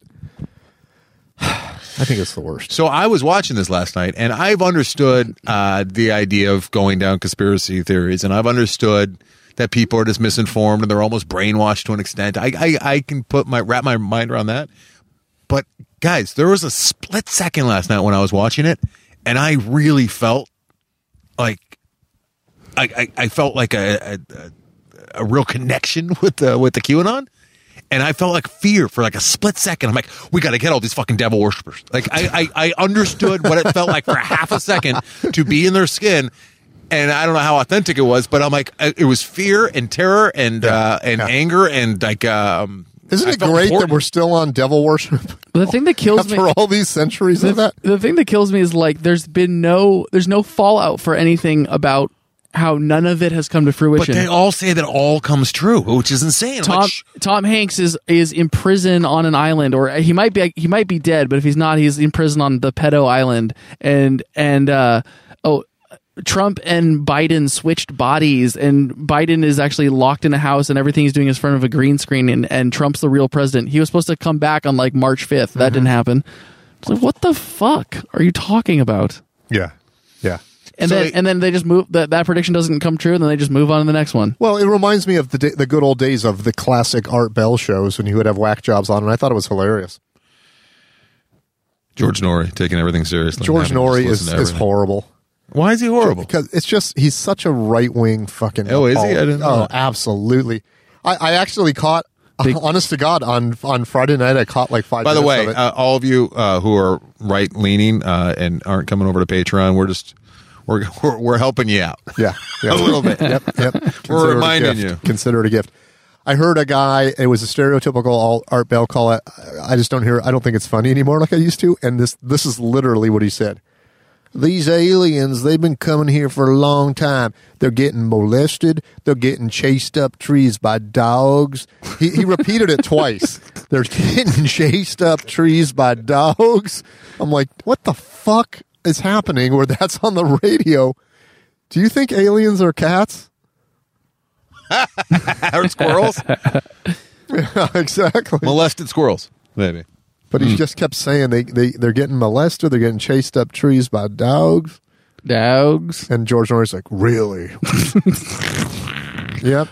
I think it's the worst. So I was watching this last night, and I've understood uh, the idea of going down conspiracy theories, and I've understood that people are just misinformed and they're almost brainwashed to an extent. I I, I can put my wrap my mind around that. But guys, there was a split second last night when I was watching it, and I really felt like I I, I felt like a, a- a a real connection with the with the QAnon. And I felt like fear for like a split second. I'm like, we got to get all these fucking devil worshippers. Like I, I, I understood what it felt like for half a second to be in their skin, and I don't know how authentic it was, but I'm like, I- it was fear and terror and uh, and yeah. anger and like, um, Isn't I it felt great that important. we're still on devil worship the thing that kills me after all these centuries of that? the thing that kills me is like there's been no there's no fallout for anything about how none of it has come to But fruition they all say that all comes true, which is insane. I'm like, Tom sh- Tom Hanks is is in prison on an island, or he might be he might be dead, but if he's not, he's in prison on the pedo island, and and uh, oh. Trump and Biden switched bodies, and Biden is actually locked in a house, and everything he's doing is in front of a green screen, and, and Trump's the real president. He was supposed to come back on like March 5th. That didn't happen. It's like, what the fuck are you talking about? Yeah. Yeah. And So then they- and then they just move that that prediction doesn't come true, and then they just move on to the next one. Well, it reminds me of the da- the good old days of the classic Art Bell shows when he would have whack jobs on, and I thought it was hilarious. George Norrie taking everything seriously. George Having to Norrie listen is, to is everything. horrible Why is he horrible? because it's just he's such a right wing fucking. Oh, is he? I appall- didn't know oh, that. absolutely. I, I actually caught, honest to God, on on Friday night I caught like five. By the minutes way, of it. uh, all of you uh, who are right leaning uh, and aren't coming over to Patreon, we're just we're we're, we're helping you out. yeah, yeah, a little bit. Yep, yep. Consider it a reminding gift. you. Consider it a gift. I heard a guy. It was a stereotypical all Art Bell call. I, I just don't hear. I don't think it's funny anymore like I used to. And this this is literally what he said. These aliens, they've been coming here for a long time. They're getting molested. They're getting chased up trees by dogs. He, he repeated it twice. They're getting chased up trees by dogs. I'm like, what the fuck is happening where that's on the radio? Do you think aliens are cats? Or squirrels, exactly. molested squirrels, maybe. But he just kept saying they, they, they're getting molested, they're getting chased up trees by dogs. Dogs. And George Norrie's like, really? yep.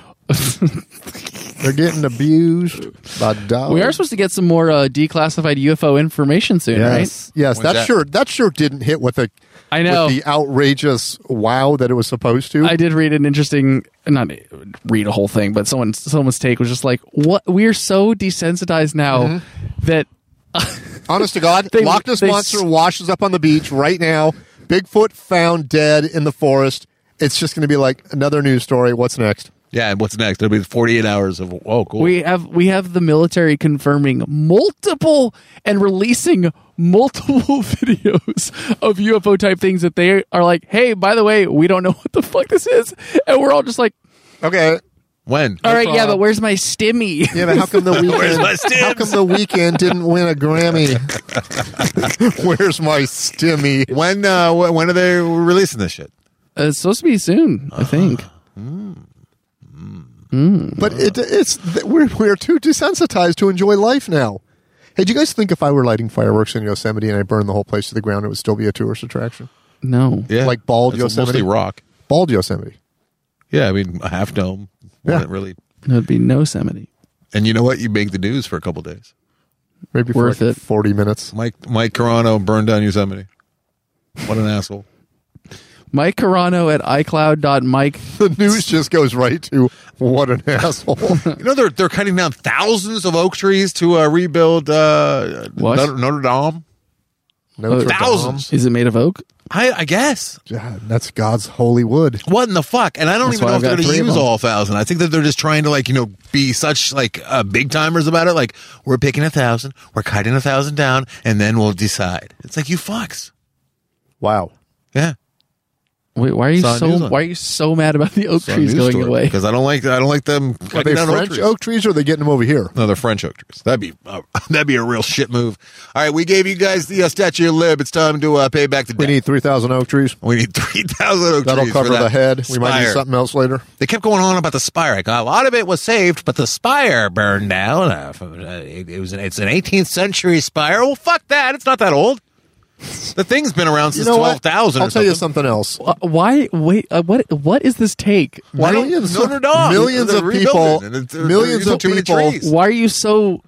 they're getting abused by dogs. We are supposed to get some more uh, declassified UFO information soon, Yes, yes, Was that, that- sure that sure didn't hit with the right? I know. with the outrageous wow that it was supposed to. I did read an interesting, not read a whole thing, but someone someone's take was just like, "What? We are so desensitized now Mm-hmm. that Honest to God, They- Loch Ness they monster s- washes up on the beach right now. Bigfoot found dead in the forest. It's just going to be like another news story. What's next? Yeah, and what's next? There'll be 48 hours of, oh, cool. we have we have the military confirming multiple and releasing multiple videos of UFO type things that they are like, "Hey, by the way, we don't know what the fuck this is," and we're all just like, Okay. when? "All right, yeah, problem. but where's my stimmy?" Yeah, but how come the Where's weekend? my stimmy? how come the weekend didn't win a Grammy? Where's my stimmy? When, uh, wh- when are they releasing this shit? Uh, it's supposed to be soon, I think. But it, it's th- we're we're too desensitized to enjoy life now. Hey, do you guys think if I were lighting fireworks in Yosemite and I burned the whole place to the ground, it would still be a tourist attraction? No, Yeah. Like bald It's Yosemite? Mostly rock. Bald Yosemite. Yeah, I mean, a half dome. Yeah. Wouldn't really. that'd be no Yosemite. And you know what? You make the news for a couple days. Maybe for Worth like it. 40 minutes. Mike Mike Carano burned down Yosemite. What an asshole. Mike Carano at iCloud.mike. The news just goes right to what an asshole. You know they're they're cutting down thousands of oak trees to uh, rebuild uh, What? Notre, Notre Dame. Notre Thousands. Is it made of oak? I, I guess. Dame. God, that's God's holy wood. What in the fuck? And I don't That's even why know I've if they're got going to three of use them. all thousand. I think that they're just trying to like you know be such like uh, big timers about it. Like we're picking a thousand, we're cutting a thousand down, and then we'll decide. It's like you fucks. Wow. Yeah. Wait, why are you Saw a so news on it. why are you so mad about the oak trees going away? because I don't like I don't like them Are cutting they down oak French trees. oak trees or are they getting them over here? No, they're French oak trees. That'd be uh, that'd be a real shit move. All right, we gave you guys the uh, Statue of Lib. It's time to uh, pay back the We debt. need 3,000 oak trees. We need three thousand oak That'll trees. cover for that the head. We might need spire. something else later. They kept going on about the spire. Like, a lot of it was saved, but the spire burned down. Uh, from, uh, it, it was an, it's an 18th century spire. Well, fuck that. It's not that old. The thing's been around You since know what? 12,000 I'll or tell you something. something else. Uh, why? Wait, uh, what? What is this take? Why? don't- millions, Notre Dame. millions They're of rebuilding people, and it's- they're millions using of too many people, trees. Why are you so?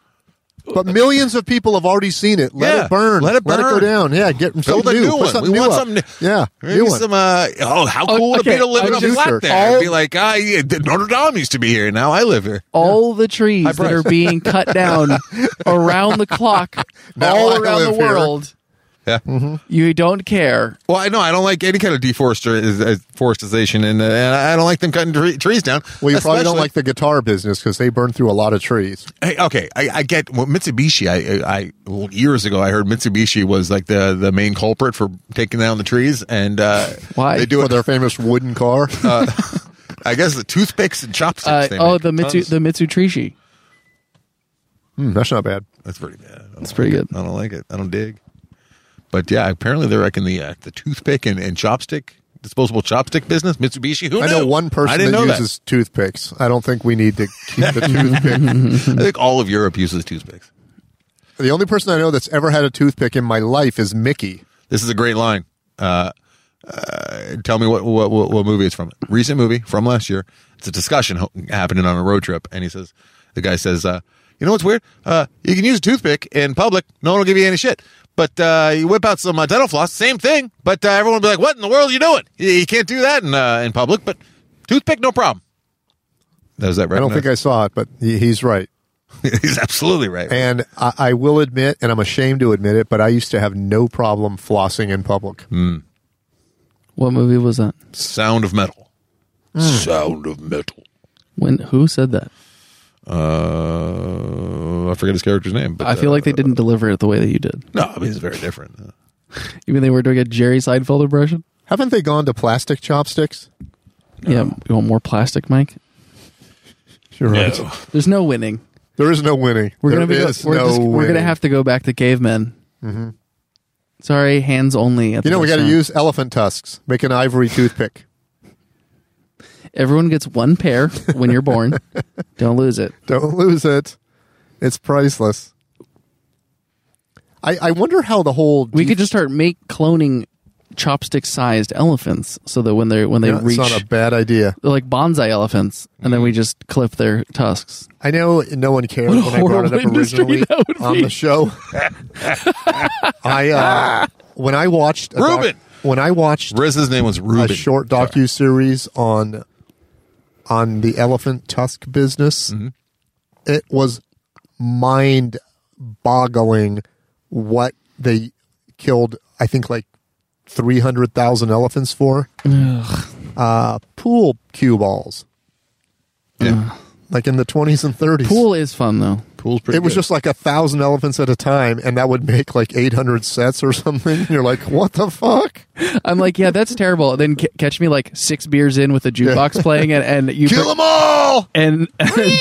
but millions of people have already seen it. Let Yeah. it burn. Let it Let it go burn. down. Yeah, get Build something a new, Put one. Something we new want up. something new. Yeah, Maybe new one. some, uh, oh, how cool would it okay, be to live I in a just- flat there? all- It'd be like, ah, yeah, Notre Dame used to be here. Now I live here. All the trees that price. are being cut down around the clock, Now I all around the live here. world, Yeah. Mm-hmm. you don't care. Well, I know I don't like any kind of uh, deforestation, forestation, and, uh, and I don't like them cutting tre- trees down. Well, you probably don't especially- like the guitar business because they burn through a lot of trees. Hey, okay, I, I get well, Mitsubishi. I, I, I well, years ago I heard Mitsubishi was like the the main culprit for taking down the trees, and uh, Why? they do for it? Uh, their famous wooden car. I guess the toothpicks and chopsticks. Uh, they oh, make. the Mitsu, Tons. the Mitsutrishi. Hmm, that's not bad. That's pretty bad. That's pretty good. I don't like it. I don't dig. But yeah, apparently they're like in the uh, the toothpick and, and chopstick disposable chopstick business. Mitsubishi. Who I know knew? one person I didn't that know uses toothpicks. I don't think we need to keep the toothpick. that. I think all of Europe uses toothpicks. The only person I know that's ever had a toothpick in my life is Mickey. This is a great line. Uh, uh, tell me what, what what what movie it's from. Recent movie from last year. It's a discussion ho- happening on a road trip, and he says, the guy says, uh, you know what's weird? Uh, you can use a toothpick in public. No one will give you any shit. But uh, you whip out some uh, dental floss, same thing. But uh, everyone will be like, "What in the world are you doing? You, you can't do that in uh, in public." But toothpick, no problem. That was that right? I don't think I saw it, but he, he's right. He's absolutely right. And I, I will admit, and I'm ashamed to admit it, but I used to have no problem flossing in public. What movie was that? Sound of metal. Hmm. Sound of metal. When? Who said that? Uh, I forget his character's name. But I feel uh, like they didn't deliver it the way that you did. No, I mean it's very different. Uh, You mean they were doing a Jerry Seinfeld impression? Haven't they gone to plastic chopsticks? Yeah. Um, You want more plastic, Mike? You're right. There's no winning. There is no winning. We're There gonna be. is we're no just, we're gonna winning. Mm-hmm. have to go back to cavemen. Sorry, hands only. At the You know, we got to restaurant. use elephant tusks. Make an ivory toothpick. Everyone gets one pair when you're born. Don't lose it. Don't lose it. It's priceless. I, I wonder how the whole We could just start make cloning chopstick sized elephants so that when they're when they Yeah, it's reach not a Mm-hmm. bad idea. they're like bonsai elephants and then we just clip their tusks. I know no one cared What a when I brought it horrible up industry originally that would on be. the show. I uh, when I watched a doc- Reuben! when I watched Riz's name was Ruben. a short docu series on on the elephant tusk business. It was mind boggling what they killed. I think like three hundred thousand elephants for uh, pool cue balls, Yeah. like in the twenties and thirties. Pool is fun though. Pool's pretty It was good. just like a thousand elephants at a time, and that would make like eight hundred sets or something. you're like, what the fuck? I'm like, yeah, that's terrible. Then c- catch me like six beers in with a jukebox playing, and and you Kill them all! and, and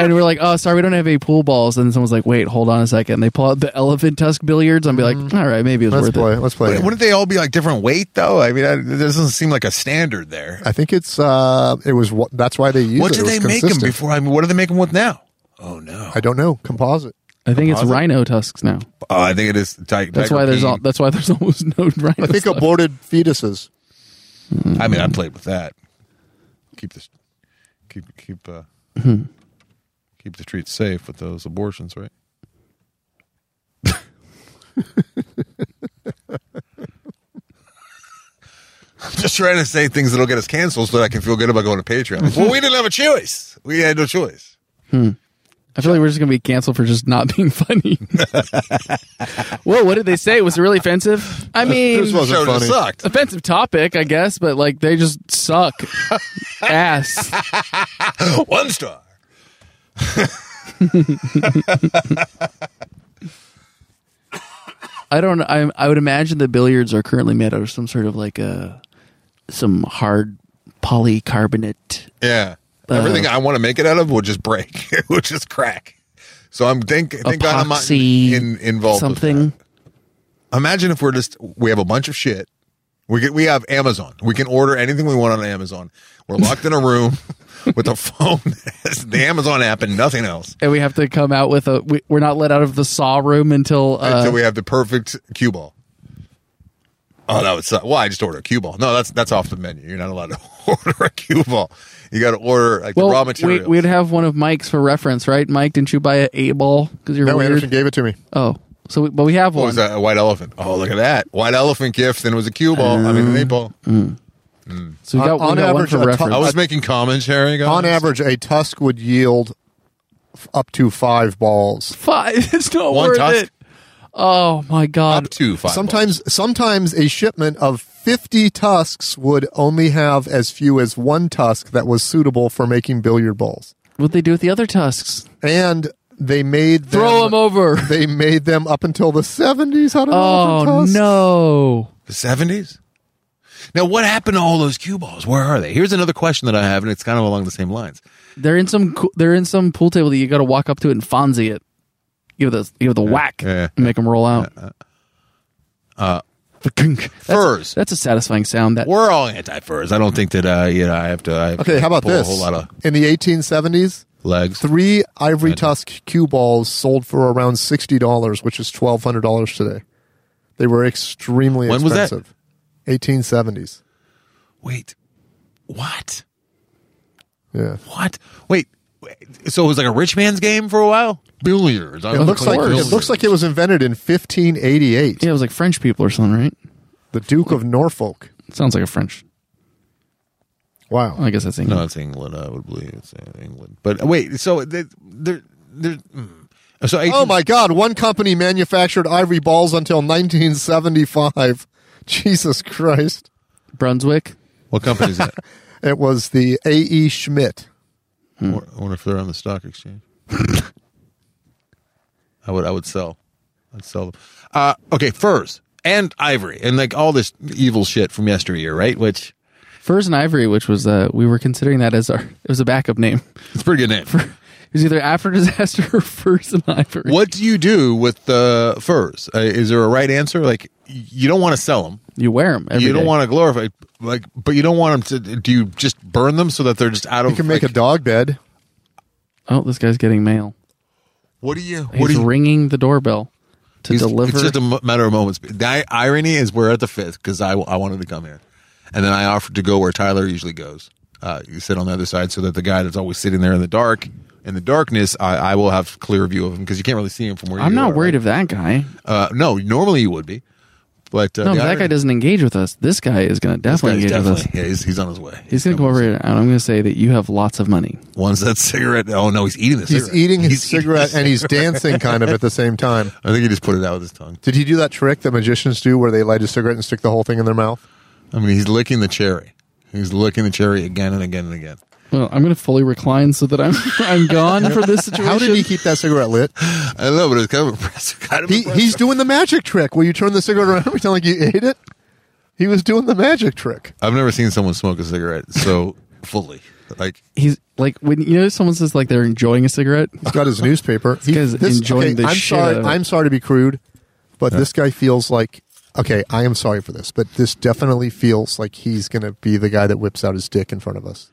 and we're like, oh, sorry, we don't have any pool balls. And someone's like, wait, hold on a second. And they pull out the elephant tusk billiards. I'm be like, all right, maybe it was Mm-hmm. Let's worth play. it. Let's play. But wouldn't they all be like different weight, though? I mean, I, there doesn't seem like a standard there. I think it's uh, it was wh- that's why they used What it. did It they was make them consistent. before? I mean, what do they make them with now? Oh, no. I don't know. Composite. I think it's Composite? rhino tusks now. Oh, I think it is. Ti- That's Tiger why there's King. all. That's why there's almost no rhino. I think stuff. aborted fetuses. I mean, I played with that. Keep this, keep keep uh, keep the streets safe with those abortions, right? I'm just trying to say things that'll get us canceled so that I can feel good about going to Patreon. Like, well, we didn't have a choice. We had no choice. I feel like we're just gonna be canceled for just not being funny. Whoa, what did they say? Was it really offensive? I mean, This was- Wasn't Show just funny. sucked. offensive topic, I guess, but like they just suck ass. One star. I don't. I I would imagine the billiards are currently made out of some sort of like a some hard polycarbonate. Yeah. Everything I want to make it out of will just break. it will just crack. So I'm think thank God I'm not Epoxy in, involved. with that. something. imagine if we're just we have a bunch of shit. We get we have Amazon. We can order anything we want on Amazon. We're locked in a room with a phone, that has the Amazon app, and nothing else And we have to come out with a. We, we're not let out of the saw room until. Uh, until we have the perfect cue ball. Oh, that would suck. Well, I just order a cue ball. No, that's that's off the menu. You're not allowed to order a cue ball. You got to order like the raw well, we, material. we'd have one of Mike's for reference, right? Mike, didn't you buy an eight ball because you're No, weird? Anderson gave it to me. Oh, so we, but we have what one. was that? A white elephant. Oh, look at that white elephant gift. And it was a cue ball. I mean, an eight ball. So we got, we got On- on one average, for a to- I reference. was making commentary. Guys. On average, a tusk would yield f- up to five balls. Five. It's not One worth tusk? it. Oh my god. up to five. sometimes, sometimes a shipment of fifty tusks would only have as few as one tusk that was suitable for making billiard balls, What they do with the other tusks? and they made them, Throw them over. They made them up until the seventies. How to Oh tusks. no. The seventies. Now, what happened to all those cue balls? Where are they? Here's another question that I have, and it's kind of along the same lines. They're in some. co- They're in some pool table that you got to walk up to it and Fonzie it. Give it the give it the whack yeah, Uh, and make them roll out. That's- Furs. That's a satisfying sound. That We're all anti-furs. I don't think that uh, you know. I have to. I have Okay, to how about pull this? A whole lot of In the eighteen seventies, legs. Three ivory tusk cue balls sold for around sixty dollars, which is twelve hundred dollars today. They were extremely When was that? expensive. Eighteen seventies. Wait, what? Yeah. What? Wait. wait. So it was like a rich man's game for a while. Billiards. I It looks like it looks like it was invented in fifteen eighty eight. yeah, it was like French people or something, right? The Duke of Norfolk. Sounds like a French. Wow. I guess that's English. No, it's England. I would believe it's England. But uh, wait. So they, they're they're. mm. So 18, Oh my god, one company manufactured ivory balls until nineteen seventy five. Jesus Christ. Brunswick. What company is that? It was the A. E. Schmidt. I wonder- I wonder if they're on the stock exchange. I would I would sell. I'd sell them. Uh, okay, furs and ivory and like all this evil shit from yesteryear, right? Which Furs and Ivory, which was uh, we were considering that as our it was a backup name. it's a pretty good name. it was either after disaster or Furs and Ivory. What do you do with the furs? Uh, is there a right answer? Like y- you don't want to sell them. You wear them. you don't want to glorify like but you don't want them to do you just burn them so that they're just out of You can make like, a dog bed. Oh, this guy's getting mail. What do you what He's do you ringing the doorbell. to He's- deliver. It's just a m- matter of moments. The i- irony is we're at the fifth because I, I wanted to come here. And then I offered to go where Tyler usually goes. Uh, you sit on the other side so that the guy that's always sitting there in the dark, in the darkness, I, I will have clear view of him because you can't really see him from where I'm you not are, worried right? of that guy. Uh, no, normally you would be. But uh, No, the if that irony- guy doesn't engage with us. This guy is going to this guy's definitely engage with us. definitely- yeah, he's, he's on his way. He's going to come over here, and I'm going to say that you have lots of money. Once that cigarette. Oh, no, he's eating the He's cigarette. eating his He's cigarette and he's dancing kind of at the same time. I think he just put it out with his tongue. Did he do that trick that magicians do where they light a cigarette and stick the whole thing in their mouth? I mean, he's licking the cherry. He's licking the cherry again and again and again. Well, I'm going to fully recline so that I'm I'm gone for this situation. How did he keep that cigarette lit? I know, but it's kind of impressive. Kind of He, impressive. he's doing the magic trick where you turn the cigarette around and pretend like you ate it. He was doing the magic trick. I've never seen someone smoke a cigarette so fully. Like He's like when you know someone says like they're enjoying a cigarette. He's got his newspaper. He- guy's enjoying the I'm shit sorry. out of it. I'm sorry to be crude, but this guy feels like okay. I am sorry for this, but this definitely feels like he's going to be the guy that whips out his dick in front of us.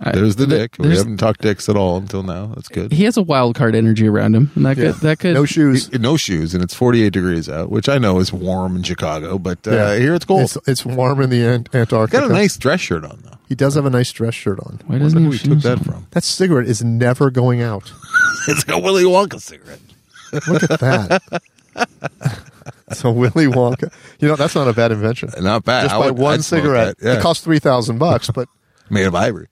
I- there's the th- dick. We there's- haven't talked dicks at all until now. That's good. he has a wild card energy around him, and that could that could No shoes. no shoes, and it's 48 degrees out, which I know is warm in Chicago, but uh, Yeah. here it's cold. It's, it's warm in the Ant- Antarctica. Got a nice dress shirt on though. he does have a nice dress shirt on. Why Wonder doesn't who he we have took shoes that on? from. That cigarette is never going out. It's like a Willy Wonka cigarette. Look at that. so Willy Wonka. You know that's not a bad invention. Not bad. Just I by would- one I'd smoke cigarette, that. Yeah. it costs three thousand bucks. But made of ivory.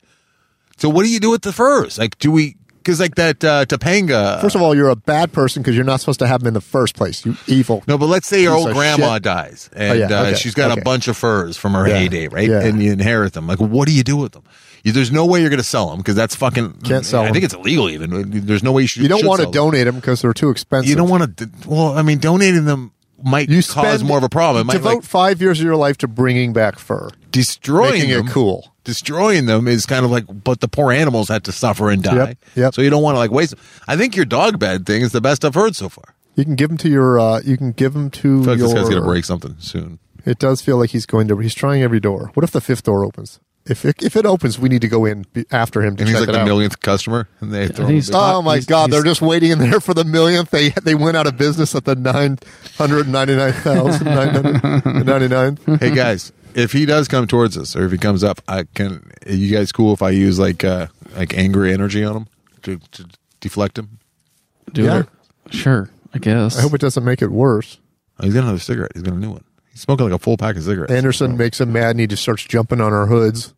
So what do you do with the furs? Like, do we? Because like that uh, Topanga. first of all, you're a bad person because you're not supposed to have them in the first place. You evil. no, but let's say your Piece old of grandma shit. Oh, dies and yeah, uh, okay, she's got okay. a bunch of furs from her Yeah, heyday, right? yeah. And you inherit them. Like, what do you do with them? You, there's no way you're going to sell them because that's fucking. Can't sell I 'em. think it's illegal. Even there's no way you should. You don't should want to sell them. donate them because they're too expensive. You don't want to. Well, I mean, donating them might You cause more of a problem. It might devote like, five years of your life to bringing back fur, destroying making them. it cool. destroying them is kind of like, but the poor animals had to suffer and die. Yep, yep. So you don't want to like waste. Them. I think your dog bed thing is the best I've heard so far. You can give them to your. Uh, you can give them to I feel like your. this guy's gonna break something soon. It does feel like he's going to. He's trying every door. What if the fifth door opens? If it, if it opens, we need to go in be- after him to And check he's like it the out. millionth customer, and they throw. think him a he's- big- Oh my He's- God! he's- They're just waiting in there for the millionth. They they went out of business at the nine hundred ninety nine thousand nine hundred ninety nine. hey guys, if he does come towards us, or if he comes up, I can. Are you guys cool if I use like uh like angry energy on him to, to deflect him? Do Yeah. it. Sure, I guess. I hope it doesn't make it worse. Oh, he's got another cigarette. He's got a new one. He's smoking like a full pack of cigarettes. Anderson makes him mad, and he just starts jumping on our hoods.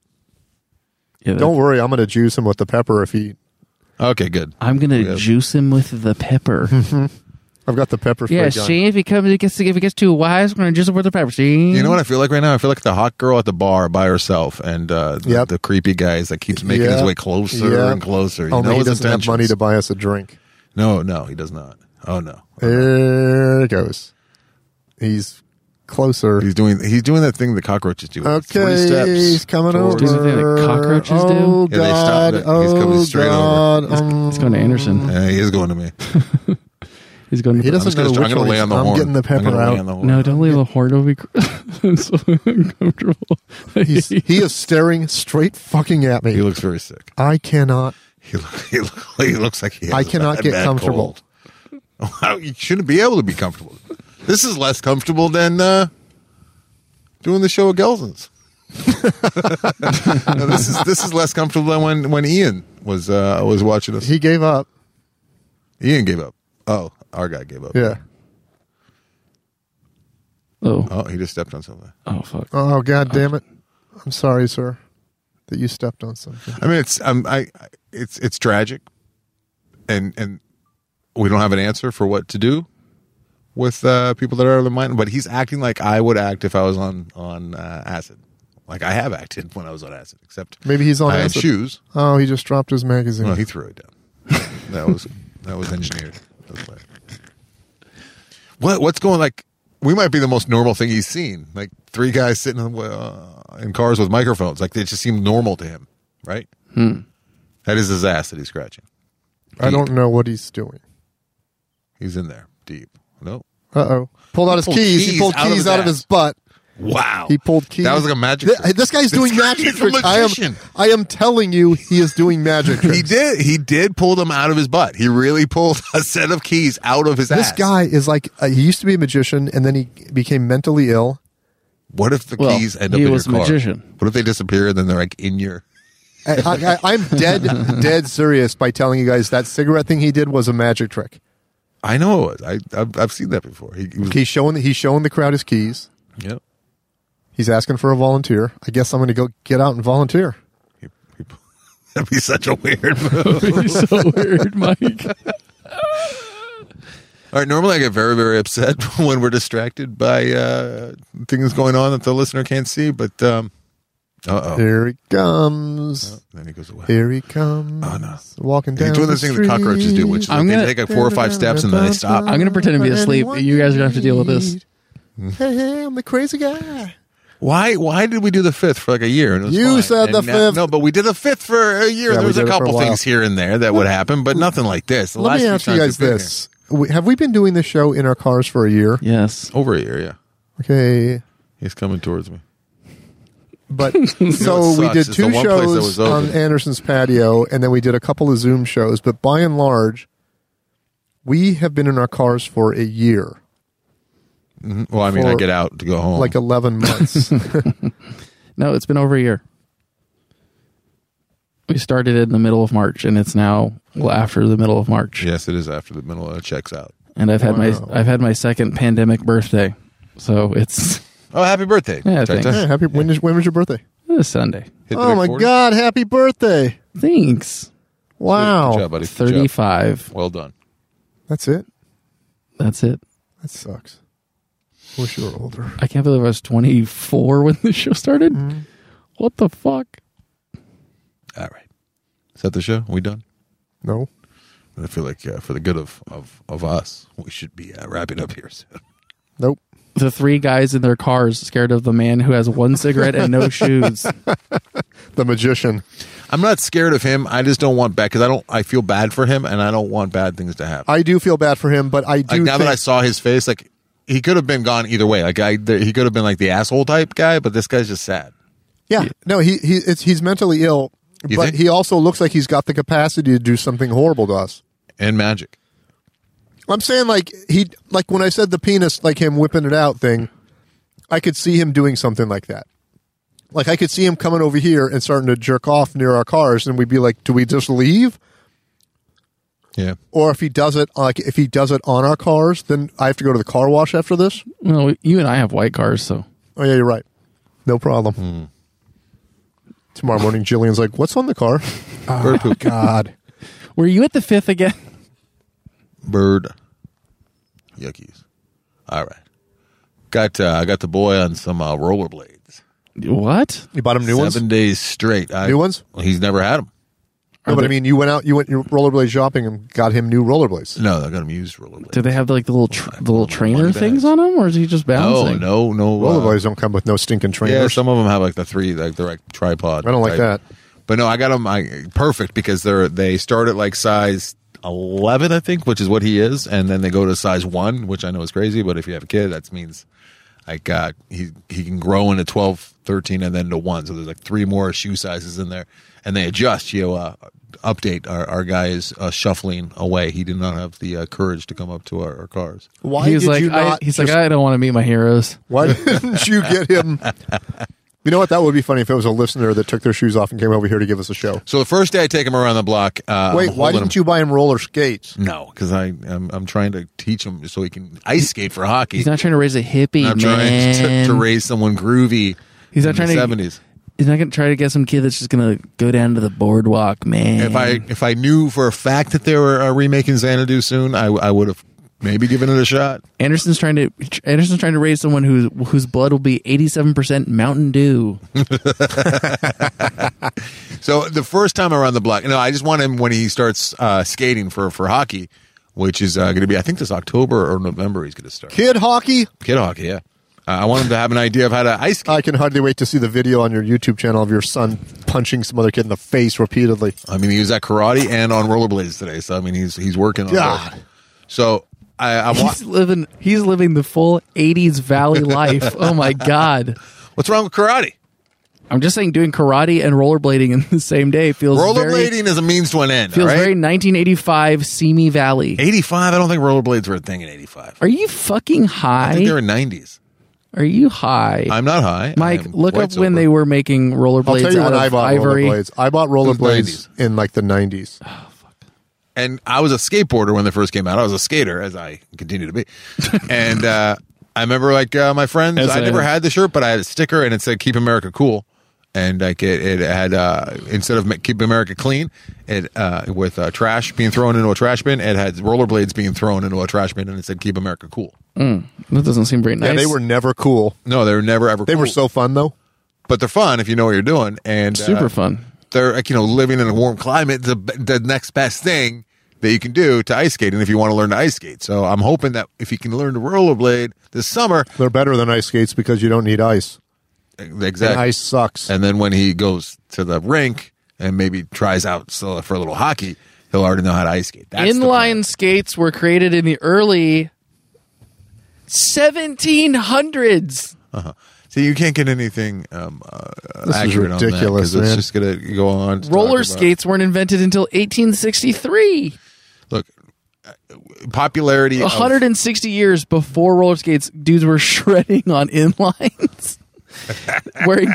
Yeah, that- Don't worry, I'm going to juice him with the pepper if he. okay, good. I'm gonna Yeah. juice him with the pepper. I've got the pepper. yeah, spray gun. see if he comes, he gets if he gets too wise, we're gonna juice him with the pepper. See, You know what I feel like right now? I feel like the hot girl at the bar by herself, and uh, the, Yep. the creepy guys that keeps making his Yeah. way closer Yeah. and closer. You Only know he his doesn't have intentions. money to buy us a drink. No, no, he does not. Oh no, There it goes. He's closer. he's doing he's doing that thing the cockroaches do. It's okay, three steps. he's coming Four- over. Does the thing that cockroaches do? oh, Yeah, they stop God. it. He's oh, coming straight over. God. Um, He's going to Anderson. Yeah, he is going to me. He's going. To He I'm doesn't just gonna, know start- I'm which gonna one lay he's- on the I'm horn. getting the pepper I'm gonna out. Lay on the horn. No, don't leave the horn over. I'm so uncomfortable. He's, he is staring straight fucking at He me. looks very sick. I cannot. He, look, he, look, he looks like he. Has I a cannot bad, get bad comfortable. cold. Wow, you shouldn't be able to be comfortable. This is less comfortable than uh, doing the show at Gelson's. No, this is this is less comfortable than when when Ian was uh, was watching us. He gave up. Ian gave up. Oh, our guy gave up. Yeah. oh, Oh, he just stepped on something. oh, fuck. Oh God damn it! I'm sorry, sir, that you stepped on something. I mean, it's um, I, I- it's it's tragic, and and we don't have an answer for what to do with uh, people that are out of their mind. But he's acting like I would act if I was on on uh, acid. Like I have acted when I was on acid, except Maybe he's on I had acid. shoes. Oh, he just dropped his magazine. No, he threw it down. that was that was engineered. That was bad. what what's going like? We might be the most normal thing he's seen. Like three guys sitting in, uh, in cars with microphones. Like they just seem normal to him, right? Hmm. That is his ass that he's scratching. I don't know what he's doing. He's in there deep. No, Uh oh. Pulled out his pulled keys. keys He pulled out of keys his out of ass. his butt. Wow. He pulled keys. That was like a magic Th- trick. This guy's doing guy- magic he's a tricks. I am, magician. I am telling you, he is doing magic tricks. He did. He did pull them out of his butt. He really pulled a set of keys out of his This ass. guy is like uh, he used to be a magician, and then he became mentally ill, What if the Well, keys end he up in was a your car? magician. What if they disappear and then they're like in your? I, I, I'm dead, dead serious by telling you guys that cigarette thing he did was a magic trick. I know it was. I I've, I've seen that before. He, he was, He's showing he's showing the crowd his keys. Yep. He's asking for a volunteer. I guess I'm going to go get out and volunteer. He, he, that'd be such a weird move. You're so weird, Mike. All right. Normally, I get very very upset when we're distracted by uh, things going on that the listener can't see. But um, uh oh, Here he comes. then he goes away. Here he comes. Oh, no. Walking down. He's doing the this thing that cockroaches do, which is I'm like gonna- they take like four or five steps and then they stop. I'm gonna pretend to be asleep. You guys are gonna have to deal with this. Hey, hey, I'm the crazy guy. Why? Why did we do the fifth for like a year? And it was You fine. said the And now- fifth. No, but we did the fifth for a year. Yeah, there we was a did it for a couple while. things here and there that would happen, but nothing like this. The last Let me few ask times you guys we've been this: We- Have we been doing this show in our cars for a year? Yes. here- over a year. Yeah, Okay, he's coming towards me. but what so we sucks did is two the one place that shows was open. on Anderson's patio, and then we did a couple of Zoom shows. But by and large, we have been in our cars for a year, Well, I mean, I For- get out to go Oh. home. like Like eleven months. No, it's been over a year. We started in the middle of March, and it's now well after the middle of March. yes, it is after the middle. It checks out. And I've had Wow. my I've had my second pandemic birthday, so it's Oh, happy birthday! Did Yeah, I thanks. touch- Yeah, happy when, is, when was your birthday? it's Sunday. hit the oh big my 40? God! Happy birthday! Thanks. Wow, Good job, buddy. Good job. Thirty-five. Well done. that's it. That's it. That sucks. Wish you were older. I can't believe I was twenty-four when the show started. Mm-hmm. What the fuck? All right. Is that the show? Are we done? No. I feel like uh, for the good of of of us, we should be uh, wrapping up here soon. Nope. The three guys in their cars, scared of the man who has one cigarette and no shoes. The magician. I'm not scared of him. I just don't want bad because I don't. I feel bad for him, and I don't want bad things to happen. I do feel bad for him, but I do like now that I think- saw his face, like he could have been gone either way. Like I, there, he could have been like the asshole type guy, but this guy's just sad. yeah, no, he he it's, he's mentally ill, You but think? he also looks like he's got the capacity to do something horrible to us. And magic. I'm saying like he like when I said the penis like him whipping it out thing, I could see him doing something like that. Like I could see him coming over here and starting to jerk off near our cars, and we'd be like, "Do we just leave?" Yeah. Or if he does it, like if he does it on our cars, then I have to go to the car wash after this. well, you and I have white cars, so Oh yeah, you're right. No problem. Hmm. Tomorrow morning, Jillian's like, "What's on the car?" Bird poop. Ah, God. were you at the fifth again? Bird. Yuckies. All right. Got uh, I got the boy on some uh, rollerblades. What? You bought him new Seven ones. days straight. I, New ones? Well, he's never had them. No, but I mean, you went out, you went your rollerblade shopping, and got him new rollerblades. No, I got him used rollerblades. Do they have like the little tr- the little trainer money things bags. on them, or is he just no, bouncing? no, no. uh, Rollerblades don't come with no stinking trainers. yeah, some of them have like the three, like they're like tripod. I don't like type. that. But no, I got them I, perfect because they're they start at like size eleven, I think, which is what he is, and then they go to size one, which I know is crazy. But if you have a kid, that means like uh, he he can grow into 12, 13, and then to one. So there's like three more shoe sizes in there, and they adjust. You know, uh, update our our guy is uh, shuffling away. He did not have the uh, courage to come up to our, our cars. Why He was did like, you I, not? he's just- like, I don't want to meet my heroes. why didn't you get him? You know what? That would be funny if it was a listener that took their shoes off and came over here to give us a show. So the first day I take him around the block. Uh, Wait, I'm why holding him- didn't you buy him roller skates? No, because I I'm, I'm trying to teach him so he can ice skate for hockey. He's not trying to raise a hippie, I'm trying man. to, to raise someone groovy. He's not in trying the to- seventies. He's not going to try to get some kid that's just going to go down to the boardwalk, man. If I if I knew for a fact that they were uh, remaking Xanadu soon, I I would have maybe given it a shot. Anderson's trying to Anderson's trying to raise someone whose whose blood will be eighty seven percent Mountain Dew. So the first time around the block, no, I just want him when he starts uh, skating for for hockey, which is uh, going to be I think this October or November he's going to start Kid hockey. kid hockey. Yeah, uh, I want him to have an idea of how to ice skate. I can hardly wait to see the video on your YouTube channel of your son punching some other kid in the face repeatedly. I mean, he was at karate and on rollerblades today. So I mean, he's he's working on God. both. So I, I wa- He's living. He's living the full '80s Valley life. Oh my god! what's wrong with karate? I'm just saying, doing karate and rollerblading in the same day feels very Rollerblading is a means to an end. feels all right? very 1985 Simi Valley. 85. I don't think rollerblades were a thing in 85. Are you fucking I think they were high? 90s. Are you high? I'm not high. Mike, I'm look quite up when sober. they were making rollerblades I'll tell you out when of I bought ivory. rollerblades. I bought rollerblades 90s. in like the 90s. and I was a skateboarder when they first came out. I was a skater, as I continue to be. and uh, I remember, like uh, my friends, As I I never am. had the shirt, but I had a sticker, and it said "Keep America Cool." And like it, it had uh, instead of ma- "Keep America Clean," it uh, with uh, trash being thrown into a trash bin, it had rollerblades being thrown into a trash bin, and it said "Keep America Cool." That doesn't seem very nice. Yeah, they were never cool. No, they were never ever. They were cool. so fun though. but they're fun if you know what you're doing, and uh, super fun. they're like you know living in a warm climate the the next best thing that you can do to ice skating if you want to learn to ice skate. So I'm hoping that if you can learn to rollerblade this summer, They're better than ice skates because you don't need ice. And exactly. ice sucks. And then when he goes to the rink and maybe tries out so- for a little hockey, he'll already know how to ice skate. That's the plan. Inline skates were created in the early 1700s. See, you can't get anything um, uh, is accurate on that ridiculous, 'cause it's man. just gonna go on. to talk Roller about- skates weren't invented until 1863. Look, uh, popularity. of- 160 years before roller skates, dudes were shredding on inlines. wearing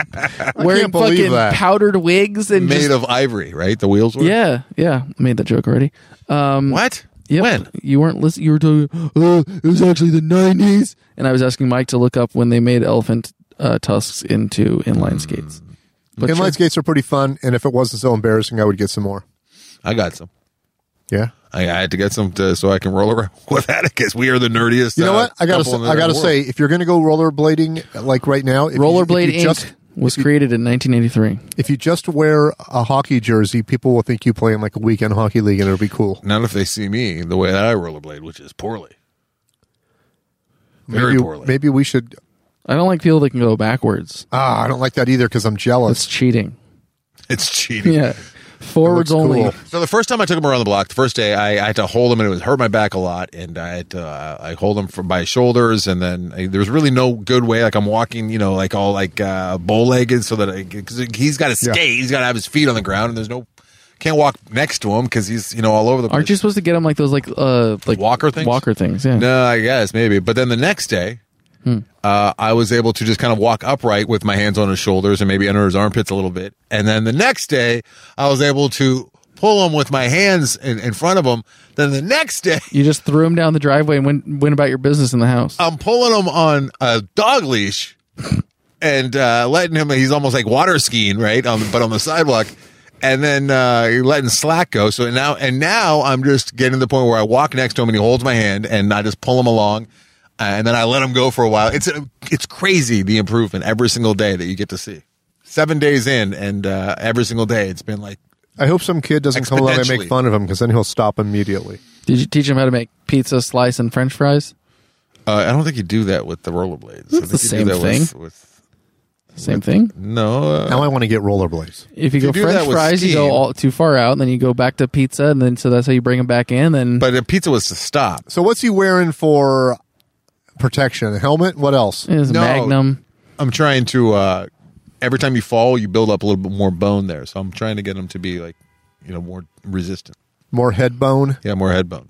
wearing believe fucking that. powdered wigs and made just, of ivory, right? The wheels were. yeah, yeah. I made that joke already. Um, What? Yep. When? You weren't listening. You were talking, oh, it was actually the 90s. And I was asking Mike to look up when they made elephant uh, tusks into inline skates. But Hmm. Inline sure. skates are pretty fun, and if it wasn't so embarrassing, I would get some more. I got some. Yeah. I, I had to get some to, so I can roll around with Atticus. We are the nerdiest. You know uh, what? I gotta couple in say, the I gotta world. say, if you're gonna go rollerblading like right now, if you- if Rollerblade you Inc. just- was created in 1983. if you just wear a hockey jersey, people will think you play in like a weekend hockey league, and it'll be cool. not if they see me the way that I rollerblade, which is poorly, very maybe, poorly. maybe we should. I don't like people that can go backwards. Ah, I don't like that either because I'm That's jealous. cheating. It's cheating. Yeah. Forwards Looks only. cool. So the first time I took him around the block, the first day I, I had to hold him and it was hurt my back a lot, and I had to uh, I hold him from my shoulders, and then I, there was really no good way. Like I'm walking, you know, like all like uh, bow legged, so that I because he's got to Yeah. skate, he's got to have his feet on the ground, and there's no can't walk next to him because he's you know all over the place. Aren't you supposed to get them like those like uh like Walker things? Walker things, yeah. No, I guess maybe. But then the next day, uh, I was able to just kind of walk upright with my hands on his shoulders and maybe under his armpits a little bit. And then the next day, I was able to pull him with my hands in, in front of him. Then the next day, You just threw them down the driveway and went went about your business in the house. Oh. I'm pulling him on a dog leash and uh, letting him. He's almost like water skiing, right? On but on the sidewalk, and then uh, you're letting slack go. So now and now I'm just getting to the point where I walk next to him and he holds my hand and I just pull him along, uh, and then I let him go for a while. It's it's crazy the improvement every single day that you get to see. Seven days in, and uh, every single day it's been like I hope some kid doesn't come along and make Exponentially. fun of him because then he'll stop immediately. Did you teach them how to make pizza, slice, and French fries? uh, I don't think you do that with the rollerblades. I That's think the you same do that With, thing. with, Same thing. no, uh, Now I want to get rollerblades. If you If you go do that French with fries, you steam- go all too far out, and then you go back to pizza, and then so that's how you bring them back in. And but a pizza was to stop. So what's he wearing for protection? A helmet? What else? it's No. Magnum. I'm trying to. Uh, every time you fall, you build up a little bit more bone there. So I'm trying to get them to be like, you know, more resistant. More head bone? Yeah, more head bone.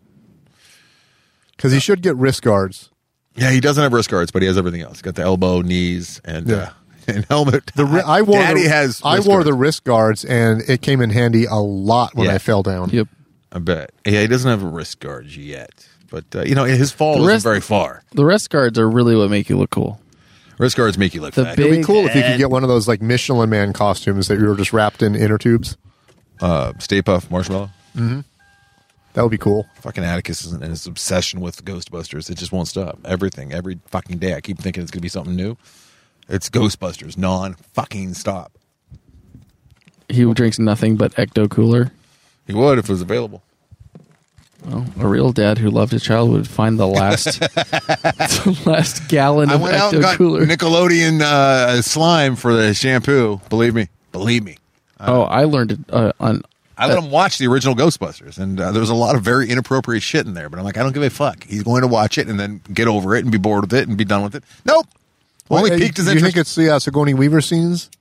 Because he should get wrist guards. Yeah, he doesn't have wrist guards, but he has everything else. Got the elbow, knees, and Yeah. uh, and helmet. The ri- I wore Uh, Daddy the, has. I wrist wore guards. the wrist guards, and it came in handy a lot when Yeah. I fell down. Yep. I bet. Yeah, he doesn't have a wrist guard yet, but uh, you know his fall The isn't wrist- very far. The rest guards are really what make you look cool. Wrist guards make you look The fat. It'd be Big cool if you could get one of those like Michelin Man costumes that you were just wrapped in inner tubes. uh, Stay Puff Marshmallow. That would be cool. Fucking Atticus is in his obsession with Ghostbusters. It just won't stop. Everything, every fucking day. I keep thinking it's gonna be something new. It's Ghostbusters, non fucking stop. He drinks nothing but Ecto Cooler. He would if it was available. Well, a real dad who loved his child would find the last the last gallon I of went out and Ecto got Cooler. Nickelodeon uh, slime for the shampoo. Believe me, believe me. oh, I learned it uh, on I let him watch the original Ghostbusters, and uh, there was a lot of very inappropriate shit in there. But I'm like, I don't give a fuck. He's going to watch it and then get over it and be bored with it and be done with it. Nope. Only Hey, piqued his you think interest. it's the uh, Sigourney Weaver scenes?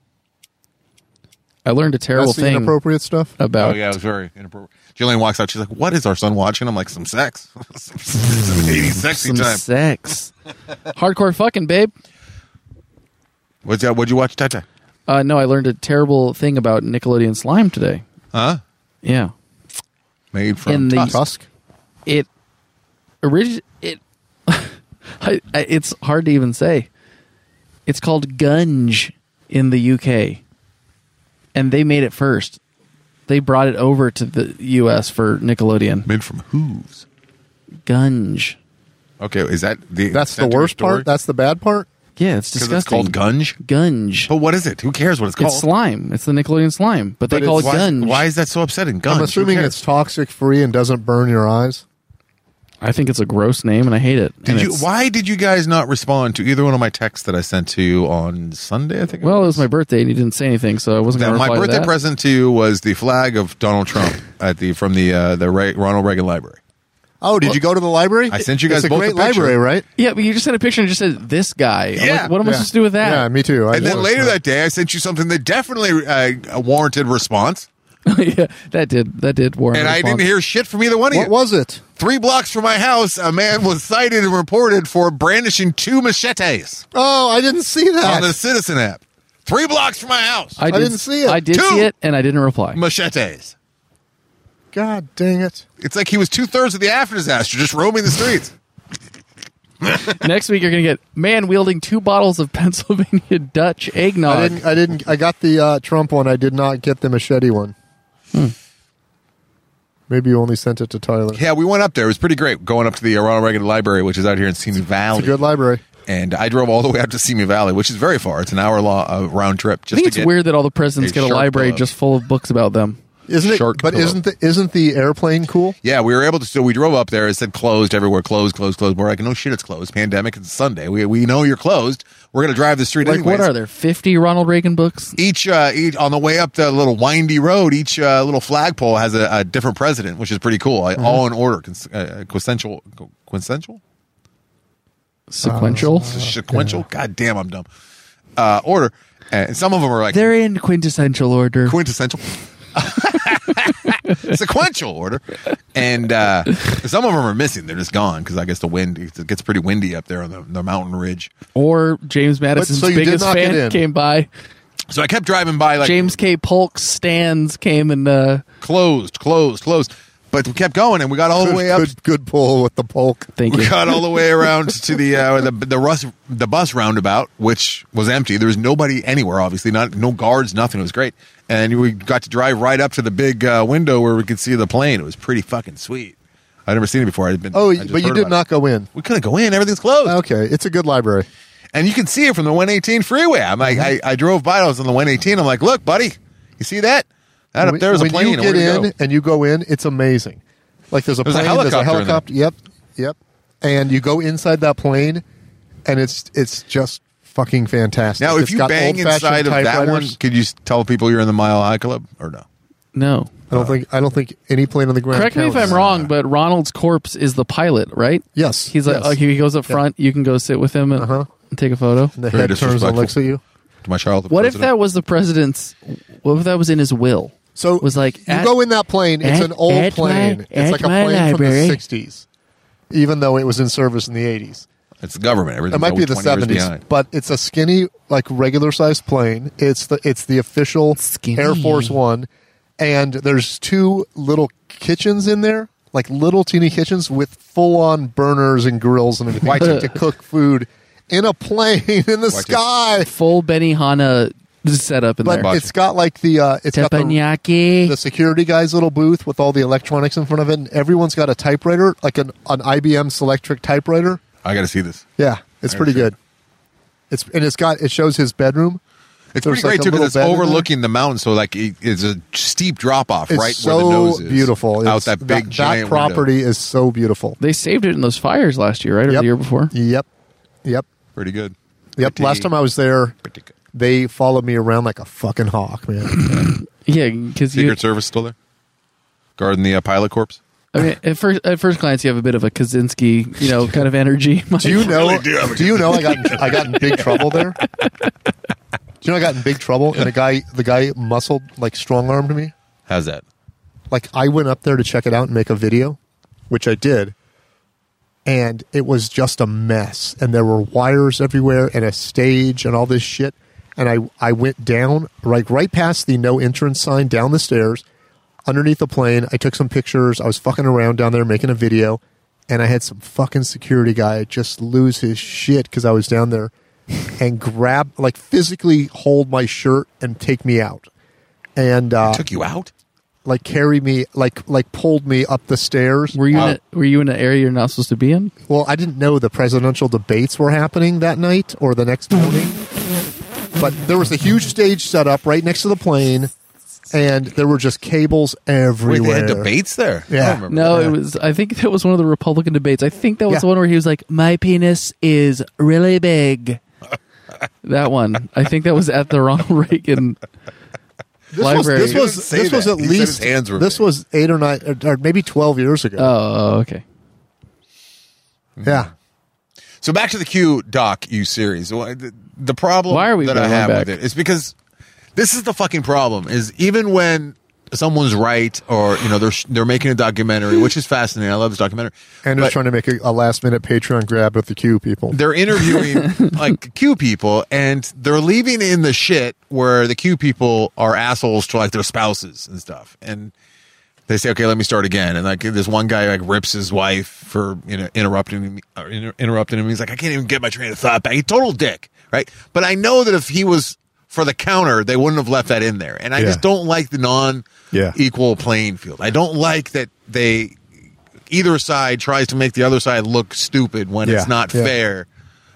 I learned a That's terrible the thing inappropriate stuff. Oh about yeah, it was very inappropriate. Jillian walks out. She's like, "What is our son watching?" I'm like, "Some sex, some, some 80s sexy some time." sex. Hardcore fucking, babe. What's that? What'd you watch, Tata? Uh, no, I learned a terrible thing about Nickelodeon slime today. Huh? Yeah, Made from In the- Tusk. Tusk. it origi- it I, I, it's hard to even say. It's called gunge in the UK, and they made it first. They brought it over to the US for Nickelodeon. made from hooves. Gunge. Okay, is that the? That's the center worst story? part. That's the bad part. Yeah, it's 'Cause disgusting. it's called gunge. gunge. But what is it? Who cares what it's called? It's slime. It's the Nickelodeon slime, but they But call it it's- Why, gunge. why is that so upsetting? Gunge. I'm who assuming cares? it's toxic free and doesn't burn your eyes. I think it's a gross name, and I hate it. Did And you? it's- Why did you guys not respond to either one of my texts that I sent to you on Sunday? I think. Well, it was my birthday, and he didn't say anything, so I wasn't That going to my reply birthday to that. present to you was the flag of Donald Trump at the from the uh, the Re- Ronald Reagan Library. Oh, did you go to the library? I sent you guys It's a both a great picture. library, right? yeah, but you just sent a picture and just said this guy. I'm Yeah. like, what am I Yeah. supposed to do with that? Yeah, me too. I And then was later like- that day, I sent you something that definitely uh, warranted response, yeah, that did that did warrant. and a I response. didn't hear shit from either one of you. what was it? Three blocks from my house, a man was cited and reported for brandishing two machetes Oh, I didn't see on that. the Citizen app. Three blocks from my house, I, did, didn't see it. I did Two. see it, and I didn't reply. machetes. God dang it! It's like he was two thirds of the after disaster, just roaming the streets. Next week you're gonna get man wielding two bottles of Pennsylvania Dutch eggnog. Uh, I didn't. I didn't. I got the uh, Trump one. I did not get the machete one. Hmm. Maybe you only sent it to Tyler. Yeah, we went up there. It was pretty great going up to the Ronald Reagan Library, which is out here in Simi Valley. It's a good library. and I drove all the way out to Simi Valley, which is very far. It's an hour long uh, round trip. Just I think to it's get- weird that all the presidents a get a shark library pillow. just full of books about them. Isn't it? Shark but pillow. isn't the isn't the airplane cool? Yeah, we were able to. So we drove up there. It said closed everywhere. Closed, closed, closed. We're like, no shit, it's closed. Pandemic. It's Sunday. We, we know you're closed. We're gonna drive the street. Like, anyways. what are there? Fifty Ronald Reagan books? Each, uh, each on the way up the little windy road, each uh, little flagpole has a, a different president, which is pretty cool. Mm-hmm. I, All in order, Cons- uh, quintessential, quintessential, Oh, Sequential. sequential. God damn, I'm dumb. Uh, order, and some of them are like They're in quintessential order. quintessential sequential order and uh, some of them are missing they're just gone because i guess the wind it gets pretty windy up there on the, the mountain ridge or James Madison's so you did biggest not get in. fan came by. so i kept driving by like James K. Polk stands came and uh, closed closed closed but we kept going and we got all the way up Good, good pull with the polk. thank we you. got all the way around to the uh, the the, rus- the bus roundabout, which was empty. There was nobody anywhere, obviously, not no guards, nothing. It was great, and we got to drive right up to the big uh, window where we could see the plane. It was pretty fucking sweet. I'd never seen it before. I'd been Oh, I just but you heard did about not it. go in. We couldn't go in. Everything's closed, Okay, it's a good library. and you can see it from the 118 freeway. I'm like, I, Mm-hmm. I drove by. I was on the 118. I'm like, look, buddy, you see that? That up When- there is a when plane. You get Where'd it in go? and you go in. It's amazing. Like there's a There's a plane. there's helicopter a in there. helicopter. Yep, yep. And you go inside that plane, and it's it's just fucking fantastic. Now, if It's you got bang inside old-fashioned of that one, typewriters. could you s- tell people you're in the Mile High Club or no? No. I uh, don't think I don't think any plane on the ground. Correct me if counts. I'm wrong, but Ronald's corpse is the pilot, right? Yes, He's like, yes. oh, he goes up front. You can go sit with him and, Uh-huh. and take a photo. And the Very head turns and disrespectful. looks at you. To my Charlotte. What if president? that was the president's? What if that was in his will? So was like you at- go in that plane. It's at- an old at plane. my- it's at like a my plane library. from the '60s, even though it was in service in the '80s. It's the government. Everything It might be the seventies, but it's a skinny, like regular sized plane. It's the it's the official Skinny. Air Force One, and there's two little kitchens in there, like little teeny kitchens with full on burners and grills and everything to, to cook food in a plane in the it. sky. Full Benihana setup in But there. it's got like the uh, it's got the, Teppanyaki. the security guy's little booth with all the electronics in front of it, and everyone's got a typewriter, like an an IBM Selectric typewriter. I got to see this. Yeah, it's I pretty understand. good. It's and it's got it shows his bedroom. It's There's pretty great like a too little because it's bed in there. overlooking the mountain, so like it- it's a steep drop off It's right so where the nose is. beautiful. out It's- that big that, giant property window. is so beautiful. they saved it in those fires last year, right, or Yep. the year before. Yep, yep, Pretty good. yep. Pretty- Last time I was there, pretty good. they followed me around like a fucking hawk, man. Yeah, because you Secret Service still there. guarding the uh, pilot corpse? I mean, at first at first glance, you have a bit of a Kaczynski, you know, kind of energy. Do you know? really do have a- do you know? I got I got in big trouble there. Do you know I got in big trouble? And the guy the guy muscled like strong armed me. How's that? like I went up there to check it out and make a video, which I did. And it was just a mess. And there were wires everywhere and a stage and all this shit. And I, I went down, like right past the no entrance sign, down the stairs, underneath the plane. I took some pictures. I was fucking around down there making a video. And I had some fucking security guy just lose his shit because I was down there and grab, like physically hold my shirt and take me out. And uh, Took you out? like carried me like like pulled me up the stairs Uh, Were you Wow. in a, were you in an area you're not supposed to be in? well i didn't know the presidential debates were happening that night or the next morning but there was a huge stage set up right next to the plane and there were just cables Wait, they everywhere had debates there? Yeah. I don't remember No, that. it was. I think that was one of the Republican debates. I think that was Yeah. the one where he was like, "My penis is really big." that one. I think that was at the Ronald Reagan this was library. this was, didn't say this was that. at He said his least hands were this big. was eight or nine or, or maybe 12 years ago oh, okay. yeah So back to the Q Doc U series. Why- The the problem Why are we that I going have back? with it is because this is the fucking problem. Is even when someone's right or you know they're sh- they're making a documentary, which is fascinating. I love this documentary. and But- was trying to make a, a last minute patreon grab with the q people they're interviewing like Q people and they're leaving in the shit where the Q people are assholes to like their spouses and stuff. And they say, okay, let me start again. And like this one guy like rips his wife for, you know, interrupting me or inter- interrupting him. He's like, I can't even get my train of thought back. He total dick. Right. But I know that if he was for the counter, they wouldn't have left that in there. And I Yeah. just don't like the non Yeah. equal playing field. I don't like that they, either side tries to make the other side look stupid when Yeah, it's not yeah. fair fair.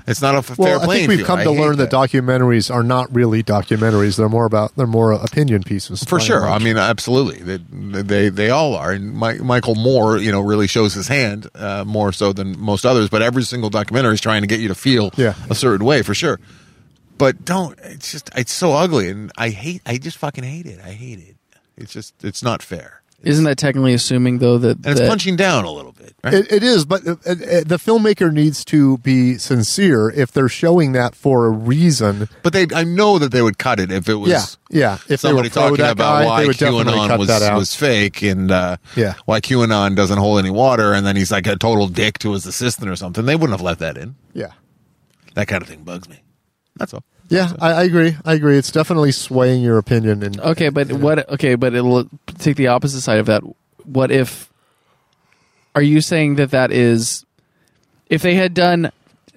It's not a f- fair well, I playing think we've field. come to hate learn that. documentaries are not really documentaries. They're more about they're more opinion pieces. for by and sure. large. I mean, absolutely. They they, they all are. And Mi- Michael Moore, you know, really shows his hand uh, more so than most others. But every single documentary is trying to get you to feel Yeah. a certain way for sure. But don't. It's just it's so ugly, and I hate. I just fucking hate it. I hate it. It's just it's not fair, Isn't that technically assuming though that, and it's that punching down a little bit. Right? It, it is, but uh, uh, the filmmaker needs to be sincere if they're showing that for a reason. but they, I know that they would cut it if it was. Yeah, yeah. If they were somebody pro talking that about guy, why they would definitely QAnon cut was, that out. was fake and uh, Yeah. why QAnon doesn't hold any water, and then he's like a total dick to his assistant or something. They wouldn't have let that in. Yeah, That kind of thing bugs me. That's all. yeah. I, I agree. I agree. It's definitely swaying your opinion. And Okay, but what? Okay, but it'll take the opposite side of that. What if? Are you saying that that is, if they had done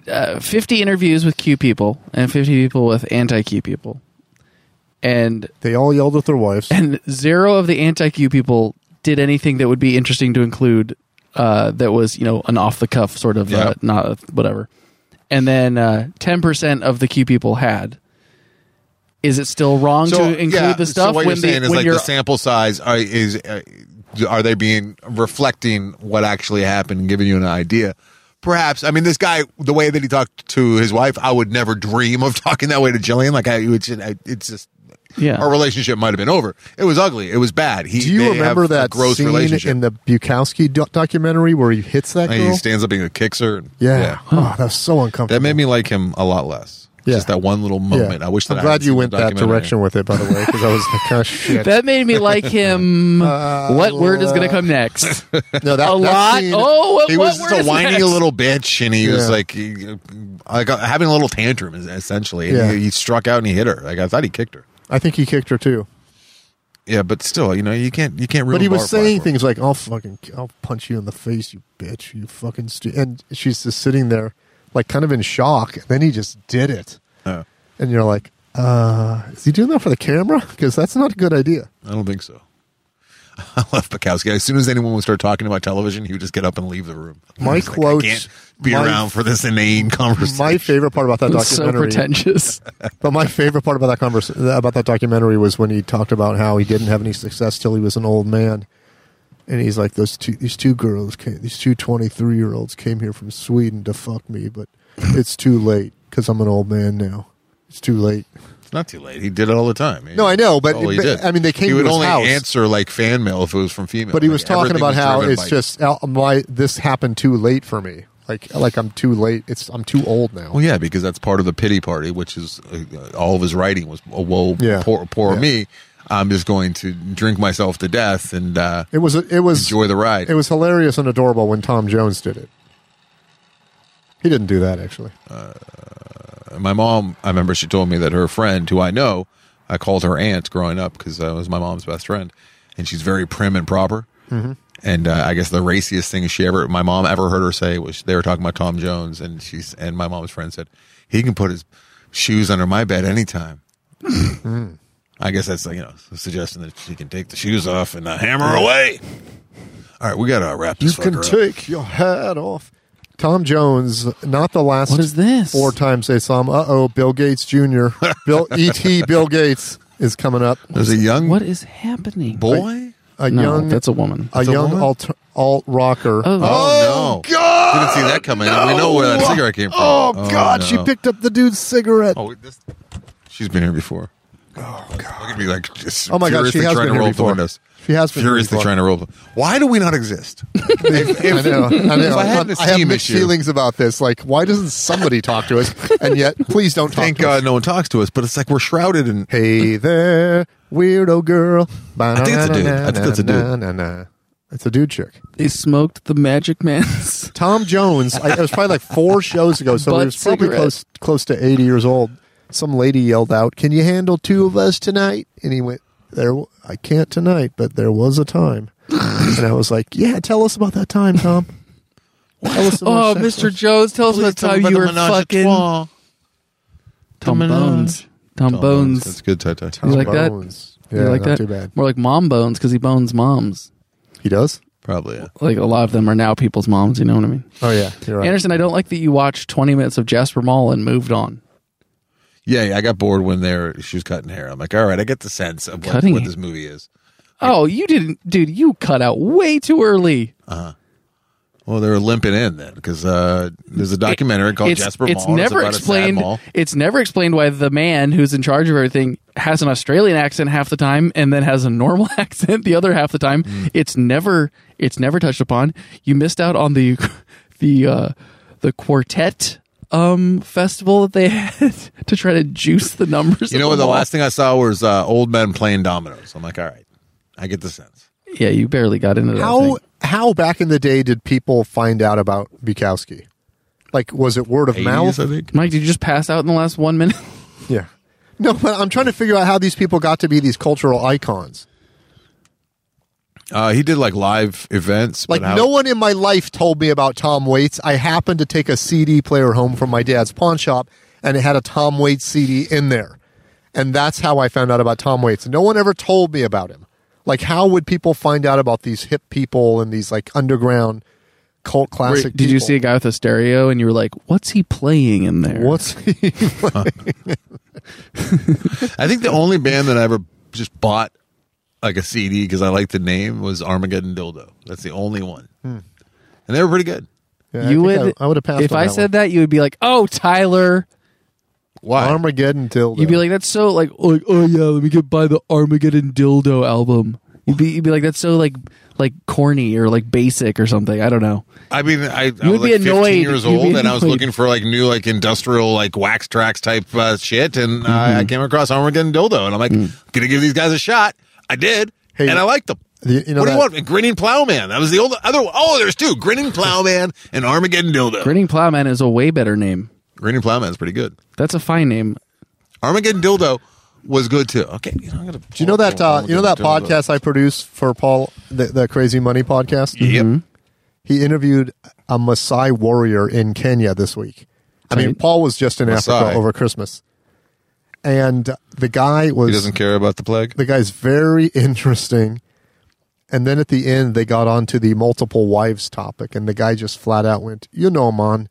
uh, fifty interviews with Q people and fifty people with anti Q people, and they all yelled at their wives. and zero of the anti Q people did anything that would be interesting to include, uh, that was you know an off the cuff sort of Yeah. uh, not whatever, and then uh, ten percent of the Q people had. Is it still wrong to include yeah, the stuff So what when you're saying the, is when like you're the sample size are, is uh, are they being reflecting what actually happened, and giving you an idea? Perhaps I mean this guy, the way that he talked to his wife, I would never dream of talking that way to Jillian. Like I, it's, it's just Yeah. our relationship might have been over. It was ugly. It was bad. He, Do you they remember have a that gross scene relationship? in the Bukowski do- documentary where he hits that girl? And he stands up and he kicks her. and- yeah. Oh, that was so That uncomfortable. made me like him a lot less. Yeah. Just that one little moment. I wish that am I glad had you seen the went that documentary. direction with it, by the way, because I was like, gosh, shit. that made me like him. what word is going to come next? no, A that, that lot. scene- Oh, what, Uh, He what was word just a is whiny next? little bitch, and he was Yeah. like, he- like uh, having a little tantrum, es- essentially. And Yeah. he, he struck out and he hit her. Like I thought he kicked her. I think he kicked her too. Yeah, but still, you know, you can't, you can't. ruin But he bar was saying platform. things like, "I'll fucking, I'll punch you in the face, you bitch, you fucking." Stu-. And she's just sitting there, like kind of in shock. And then he just did it, Uh, and you're like, "Uh, is he doing that for the camera? Because that's not a good idea." I don't think so. I love Bukowski. As soon as anyone would start talking about television, he would just get up and leave the room. My He's like, I quotes- can't be my- around for this inane conversation. My favorite part about that It's so documentary, pretentious. but my favorite part about that convers- about that documentary was when he talked about how he didn't have any success till he was an old man. And he's like, those two, these two girls, came, these two 23 year olds came here from Sweden to fuck me, but it's too late because I'm an old man now. It's too late. It's not too late. He did it all the time. He- No, I know, but- all he but, did. I mean, they came He to would his only house. answer like fan mail if it was from female. But he Like, was talking everything about was how driven it's by- just uh, my this happened too late for me. Like like I'm too late. It's I'm too old now. Well, yeah, because that's part of the pity party, which is uh, all of his writing was oh, whoa, Yeah. poor, poor Yeah. me. I'm just going to drink myself to death and uh, It was it was enjoy the ride. it was hilarious and adorable when Tom Jones did it. He didn't do that actually. my mom, I remember she told me that her friend, who I know, I called her aunt growing up because I was my mom's best friend, and she's very prim and proper. Mm-hmm. And uh, I guess the raciest thing she ever, my mom ever heard her say was they were talking about Tom Jones, and she's and my mom's friend said he can put his shoes under my bed anytime. I guess that's like, you know suggesting that she can take the shoes off and uh, hammer away. All right, we gotta wrap this. fucker up. take your hat off. Tom Jones, not the last. What is this? Four times they saw him. Uh oh, Bill Gates Jr. Bill E.T. Bill Gates is coming up. There's a young What is happening? boy. A no, young, that's a woman. a a young woman? alt alt rocker. Uh, Oh. Oh, no! Didn't God! see that coming. We know where that cigarette came from. Oh, God, she no. picked up the dude's cigarette. Oh, wait, this. She's been here before. Oh God! Look at me, like just Oh, my God, she furiously has trying to been here roll up the before. windows. She has been here furiously before. trying to roll. up the- Why do we not exist? if, I if, know. I know. if I had an I have esteem mixed issue- feelings about this. Like, why doesn't somebody talk to us? And yet, please don't talk thank to us. God no one talks to us, but it's like we're shrouded in. Hey there, weirdo girl. I think it's a dude. I think that's a dude. It's a dude chick. They smoked the Magic Man's. Tom Jones. I, it was probably like four shows ago, so Butt he was probably cigarette. close close to eighty years old. Some lady yelled out, "Can you handle two of us tonight?" And he went, "There, w- I can't tonight, but there was a time." and I was like, "Yeah, tell us about that time, Tom." Tell us Oh, about sex Mr. was." Jones, tell us about the time you were fucking Tom Bones. Tom, Bones. That's good, Tai Tai. You like that? Bones. you Yeah, like not that? too bad. More like mom bones because he bones moms. He does. Probably. Yeah. Like a lot of them are now people's moms. You know what I mean? Oh yeah, you're right. Anderson, I don't like that you watched 20 minutes of Jasper Mall and moved on. yeah, yeah, I got bored when there she was cutting hair. I'm like, all right, I get the sense of what, Cutting what it. this movie is. Oh, you didn't, dude. You cut out way too early. Well, they were limping in then because uh, there's a documentary called it's Jasper it's Mall. and never about a sad explained. mall. It's never explained why the man who's in charge of everything has an Australian accent half the time and then has a normal accent the other half the time. Mm. It's never it's never touched upon. You missed out on the the uh, the quartet um festival that they had to try to juice the numbers. You of know what? The mall. last thing I saw was uh, old men playing dominoes. I'm like, all right, I get the sense. Yeah, you barely got into that. how thing. how back in the day did people find out about Bukowski? Like, was it word of 80s, mouth? I think. Mike, did you just pass out in the last one minute? Yeah. No, but I'm trying to figure out how these people got to be these cultural icons. Uh, he did like live events. but Like, how- no one in my life told me about Tom Waits. I happened to take a CD player home from my dad's pawn shop, and it had a Tom Waits CD in there. And that's how I found out about Tom Waits. No one ever told me about him. Like, how would people find out about these hip people and these, like, underground cult classic Did you people? see a guy with a stereo and you were like, "What's he playing in there?" What's he? I think the only band that I ever just bought like a CD because I liked the name was Armageddon Dildo. That's the only one, Hmm. and they were pretty good. Yeah, I you think would I, would have passed if on I that said that. You would be like, "Oh, Tyler." Why? one. Armageddon till You'd be like, "That's so like, oh, like, oh yeah, let me get buy the Armageddon dildo album." You'd be, you'd be like, "That's so like, like corny or like basic or something." I don't know. I mean, I, I was would like be 15 annoyed. years You'd be old, and I was annoyed. looking for like new, like industrial, like wax tracks type uh, shit, and Mm-hmm. I I came across Armageddon Dildo, and I'm like, gonna give these guys a shot. I did, Mm. Hey, and I liked them. you- you know what do that- you want? And Grinning Plowman. That was the old other one. Oh, there's two: Grinning Plowman and Armageddon Dildo. Grinning Plowman is a way better name. Grinning Plowman is pretty good. That's a fine name. Armageddon Dildo was good too. Okay, you know, I'm gonna. Do you know that? Uh, you know that podcast I produce for Paul, the, the Crazy Money podcast. Mm-hmm. Yep. He interviewed a Maasai warrior in Kenya this week. I mean, Right. Paul was just in Maasai. Africa over Christmas, and the guy He was doesn't care about the plague. the guy's very interesting. And then at the end, they got onto the multiple wives topic, and the guy just flat out went, "You know, man,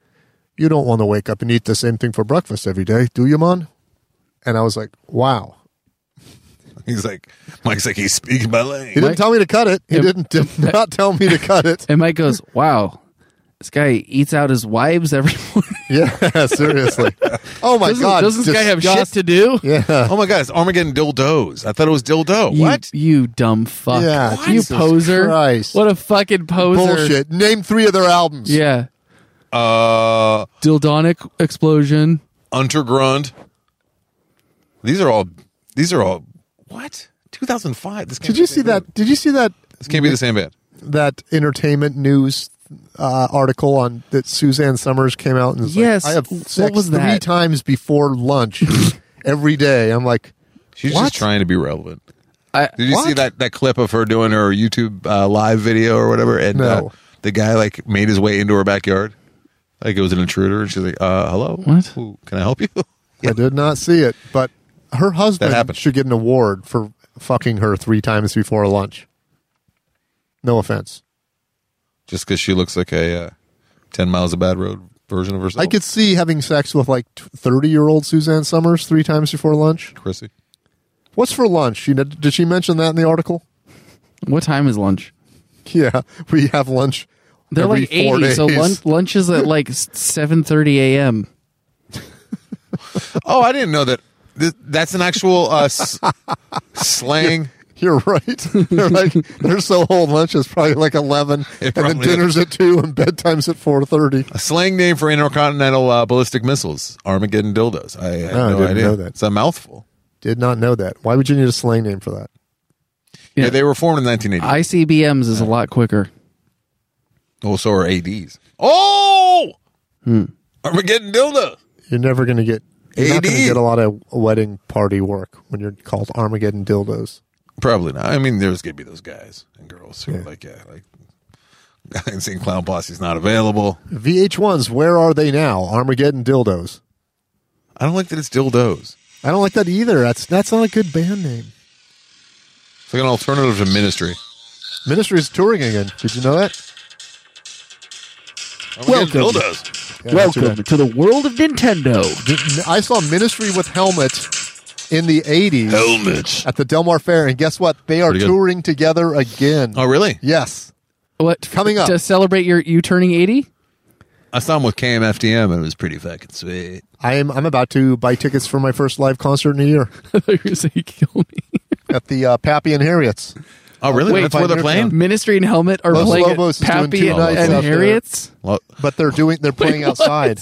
you don't want to wake up and eat the same thing for breakfast every day, do you, man?" And I was like, "Wow." He's like, Mike's like, he's speaking my He language. didn't tell me to cut it. He Yep. didn't did not tell me to cut it. And Mike goes, "Wow, This guy eats out his wives every morning. Yeah, seriously. Oh my doesn't, god. doesn't this guy have shit disgust- to do? Yeah. Oh my God, it's Armageddon dildos. I thought it was dildo. You, what? You dumb fuck. Yeah, You Jesus poser. Christ. What a fucking poser. Bullshit. Name three of their albums. Yeah. Uh, Dildonic explosion. Untergrund. These are all. These are all. What? 2005. This can't Did be you the see same band. that? Did you see that This can't be the same band. that entertainment news uh, article on that Suzanne Summers came out and was like, Yes. I have What sex was three that? times before lunch every day. I'm like, She's What? just trying to be relevant. I, Did you see What? that, that clip of her doing her YouTube uh, live video or whatever? And uh, No. the guy like made his way into her backyard, like it was an intruder. And she's like, uh, "Hello, What? Who- Can I help you?" I did not see it, but her That husband happened. should get an award for fucking her three times before lunch. No offense. just because she looks like a uh, ten miles of bad road version of herself. I could see having sex with like 30 year old Suzanne Summers three times before lunch. Chrissy. What's for lunch? She, did she mention that in the article? what time is lunch? Yeah, we have lunch. They're every like four 80, so days. lunch, lunch is at like 7.30 a.m. Oh, I didn't know that. Th- that's an actual uh, s- slang. You're right. They're like they're so old. Lunch is probably like eleven, It and then probably is. dinner's at two, and bedtime's at four thirty. A slang name for intercontinental uh, ballistic missiles, Armageddon dildos. I, I had Oh, I no didn't idea. know that. It's a mouthful. Did not know that. Why would you need a slang name for that? Yeah, Yeah. they were formed in 1980. ICBMs is a lot quicker. Oh, so are ADs. Oh, Armageddon dildo. You're never going to get. You're not going to AD. get a lot of wedding party work when you're called Armageddon dildos. Probably not. I mean, there's gonna be those guys and girls who are like, yeah, like. Insane Clown Posse's not available. VH1s, where are they now? Armageddon dildos. I don't like that it's dildos. I don't like that either. That's that's not a good band name. It's like an alternative to Ministry. Ministry is touring again. Did you know that? Armageddon Welcome. dildos. Yeah, not too bad. to the world of Nintendo. I saw Ministry with Helmet in the '80s. helmets. at the Delmar Fair, and guess what? They are Pretty good. touring together again. Oh, really? Yes, What Coming up. to celebrate your you turning eighty? I saw him with KMFDM, and it was pretty fucking sweet. I am. I'm about to buy tickets for my first live concert in a year I thought you were gonna say kill me. at the uh, Pappy and Harriet's. Oh, really? Wait, That's where they're playing? Ministry and Helmet are Los playing at Lobos is doing two Pappy and, nights and out there. Harriet's. Well, But they're doing. They're playing what? outside.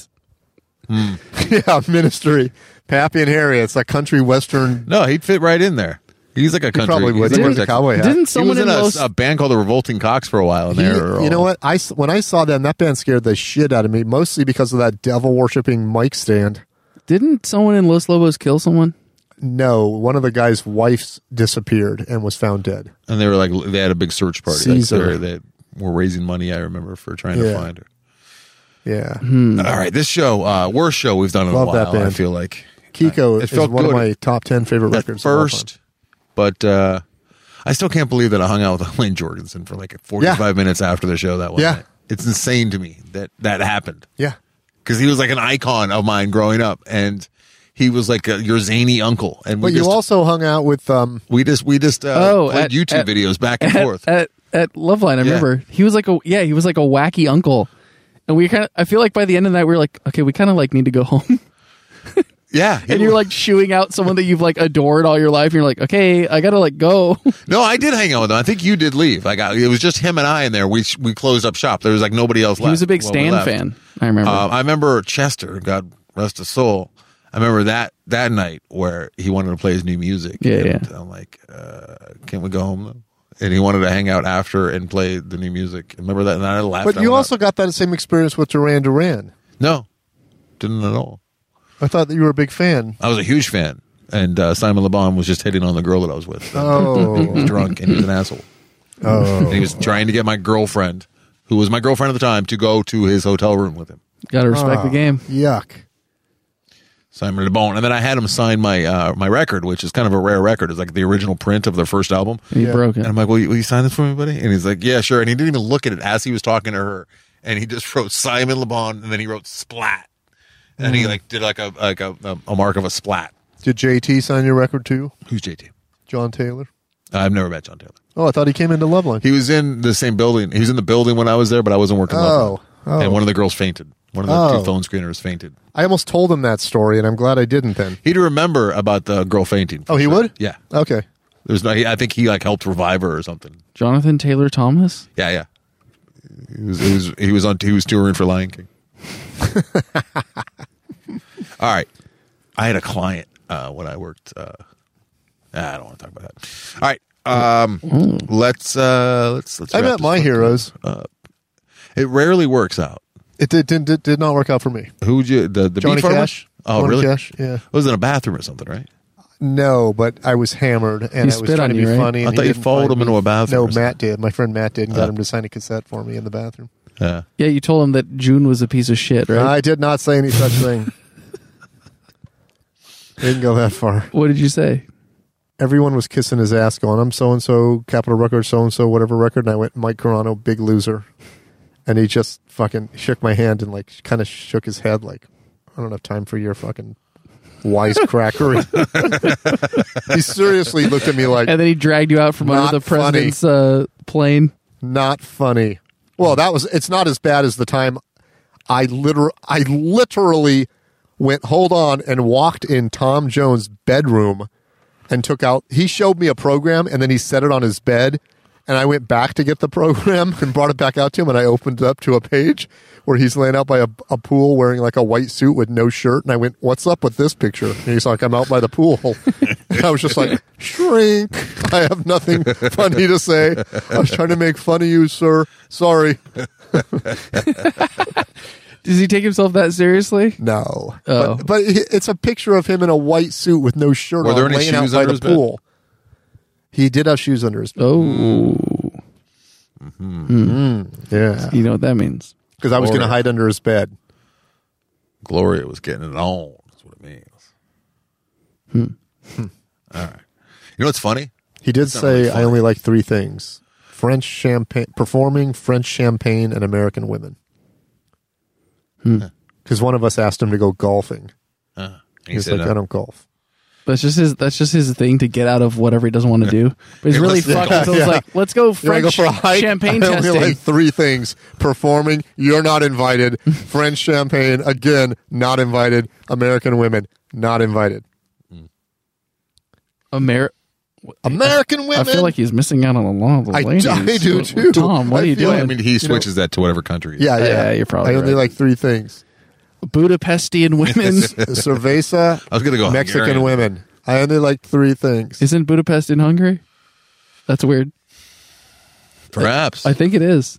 Hmm. yeah, Ministry, Pappy and Harriet's, a country western. no, he'd fit right in there. He's like a country. probably he's would. like He a wears a Texan. cowboy hat. Didn't He was someone in in a, Los a band called the Revolting Cocks for a while, and He- they were you know all- what? I s- when I saw them, that band scared the shit out of me, mostly because of that devil worshipping mic stand. didn't someone in Los Lobos kill someone? No, one of the guy's wives disappeared and was found dead. And they were like, they had a big search party. Caesar. Like, they were- they were raising money. I remember for trying Yeah. to find her. Yeah, All right, this show, uh, worst show we've done in Love a that while. I band. feel like Kiko It is felt one of good. my top ten favorite at records. of all time. first, but uh, I still can't believe that I hung out with Elaine Jorgensen for like 45 minutes after the show that one Yeah. night. It's insane to me that that happened. Yeah. because he was like an icon of mine growing up, and he was like a, your zany uncle. And we But you just also hung out with um we just we just uh, Oh, played at- YouTube at- videos back and At, forth. at at Loveline, I Yeah. remember he was like a yeah he was like a wacky uncle, and we kind of I feel like by the end of the night we were like okay we kind of like need to go home, yeah, and you're like shooing out someone that you've like adored all your life, and you're like okay I gotta like go. no, I did hang out with him. I think you did leave. Like I, it was just him and I in there. We we closed up shop. There was like nobody else left. He was a big when we Stan left. fan. I remember. Uh, I remember Chester, God rest his soul. I remember that that night where he wanted to play his new music. Yeah, and I'm like, uh, can we go home though? And he wanted to hang out after and play the new music. Remember that? And I laughed. but I you went out. also got that same experience with Duran Duran. no, didn't at all. I thought that you were a big fan. I was a huge fan, and uh, Simon LeBon was just hitting on the girl that I was with. He Oh. was drunk and he was an asshole. And he was trying to get my girlfriend, who was my girlfriend at the time, to go to his hotel room with him. gotta respect uh, the game. Yuck. Simon LeBon, and then I had him sign my uh, my record, which is kind of a rare record. It's like the original print of their first album. You Yeah. broke it. And I'm like, will you, will you sign this for me, buddy? And he's like, yeah, sure. And he didn't even look at it as he was talking to her. And he just wrote Simon LeBon, and then he wrote Splat, and he like did like a like a, a, a mark of a splat. Did JT sign your record too? Who's JT? John Taylor? I've never met John Taylor. Oh, I thought he came into Loveline. He was in the same building. He was in the building when I was there, but I wasn't working. oh. Loveline. and one of the girls fainted. One of the Oh. two phone screeners fainted. I almost told him that story, and I'm glad I didn't then. He'd remember about the girl fainting. for Oh, he sure. would? Yeah, Okay. there's no. He, I think he like helped revive her or something. Jonathan Taylor Thomas. Yeah, yeah. He was he was, he was on he was touring for Lion King. All right, I had a client uh, when I worked. Uh, ah, I don't want to talk about that. All right, um, let's uh, let's let's. Mm-hmm. I wrap met this my up. heroes. Uh, It rarely works out. It did, did, did, did not work out for me. Who'd you the the Johnny beef farmer? Cash. Oh, Johnny really? Cash, yeah. It was in a bathroom or something, right? No, but I was hammered and He I was spit on trying to be you, right? funny. I and he thought you didn't followed find him me. into a bathroom or No, something. Uh. Matt did. My friend Matt did and got him to sign a cassette for me in the bathroom. Yeah. Yeah, you told him that June was a piece of shit, right? I did not say any such thing. Didn't go that far. what did you say? Everyone was kissing his ass, going, "I'm so and so, Capitol record, so and so, whatever record." And I went, "Mike Carano, big loser," and he just fucking shook my hand and like kind of shook his head, like, "I don't have time for your fucking wisecrackery." he seriously looked at me like, And then he dragged you out from Not under the funny. president's uh, plane. not funny. Well, that was it's not as bad as the time I liter I literally went hold on and walked in Tom Jones' bedroom and took out he showed me a program and then he set it on his bed and I went back to get the program and brought it back out to him and I opened it up to a page where he's laying out by a, a pool wearing like a white suit with no shirt and I went, What's up with this picture? And he's like, I'm out by the pool. And I was just like, Shrink. I have nothing funny to say. I was trying to make fun of you, sir. Sorry. Does he take himself that seriously? No. Oh. But, but he- it's a picture of him in a white suit with no shirt Were on there any laying out shoes by under the his bed? pool. He did have shoes under his bed. Oh, Yeah. you know what that means. Because I was going to Gloria. hide under his bed. Gloria was getting it on. That's what it means. Hmm. All right. You know what's funny? He did not really say, I only like three things French champagne, performing French champagne, and American women. Hmm. Because one of us asked him to go golfing. Uh, he He's said, like, uh, I don't golf. That's just his. That's just his thing to get out of whatever he doesn't want to do. But he's It really was- fucked. yeah. so it's like, let's go You wanna French champagne I only testing. like three things performing, you're not invited. French champagne, again, not invited. American women, not invited. Amer- American I women. feel like he's missing out on a lot of the I- ladies. I do, Well, too. Tom, what I are you feel doing? like- I mean, he switches that to whatever country. yeah, yeah, Yeah, you're probably I only right. like three things: Budapestian women's. cerveza, I was gonna go Mexican Hungarian. women. I only like three things. Isn't Budapest in Hungary? That's weird. Perhaps. I think it is.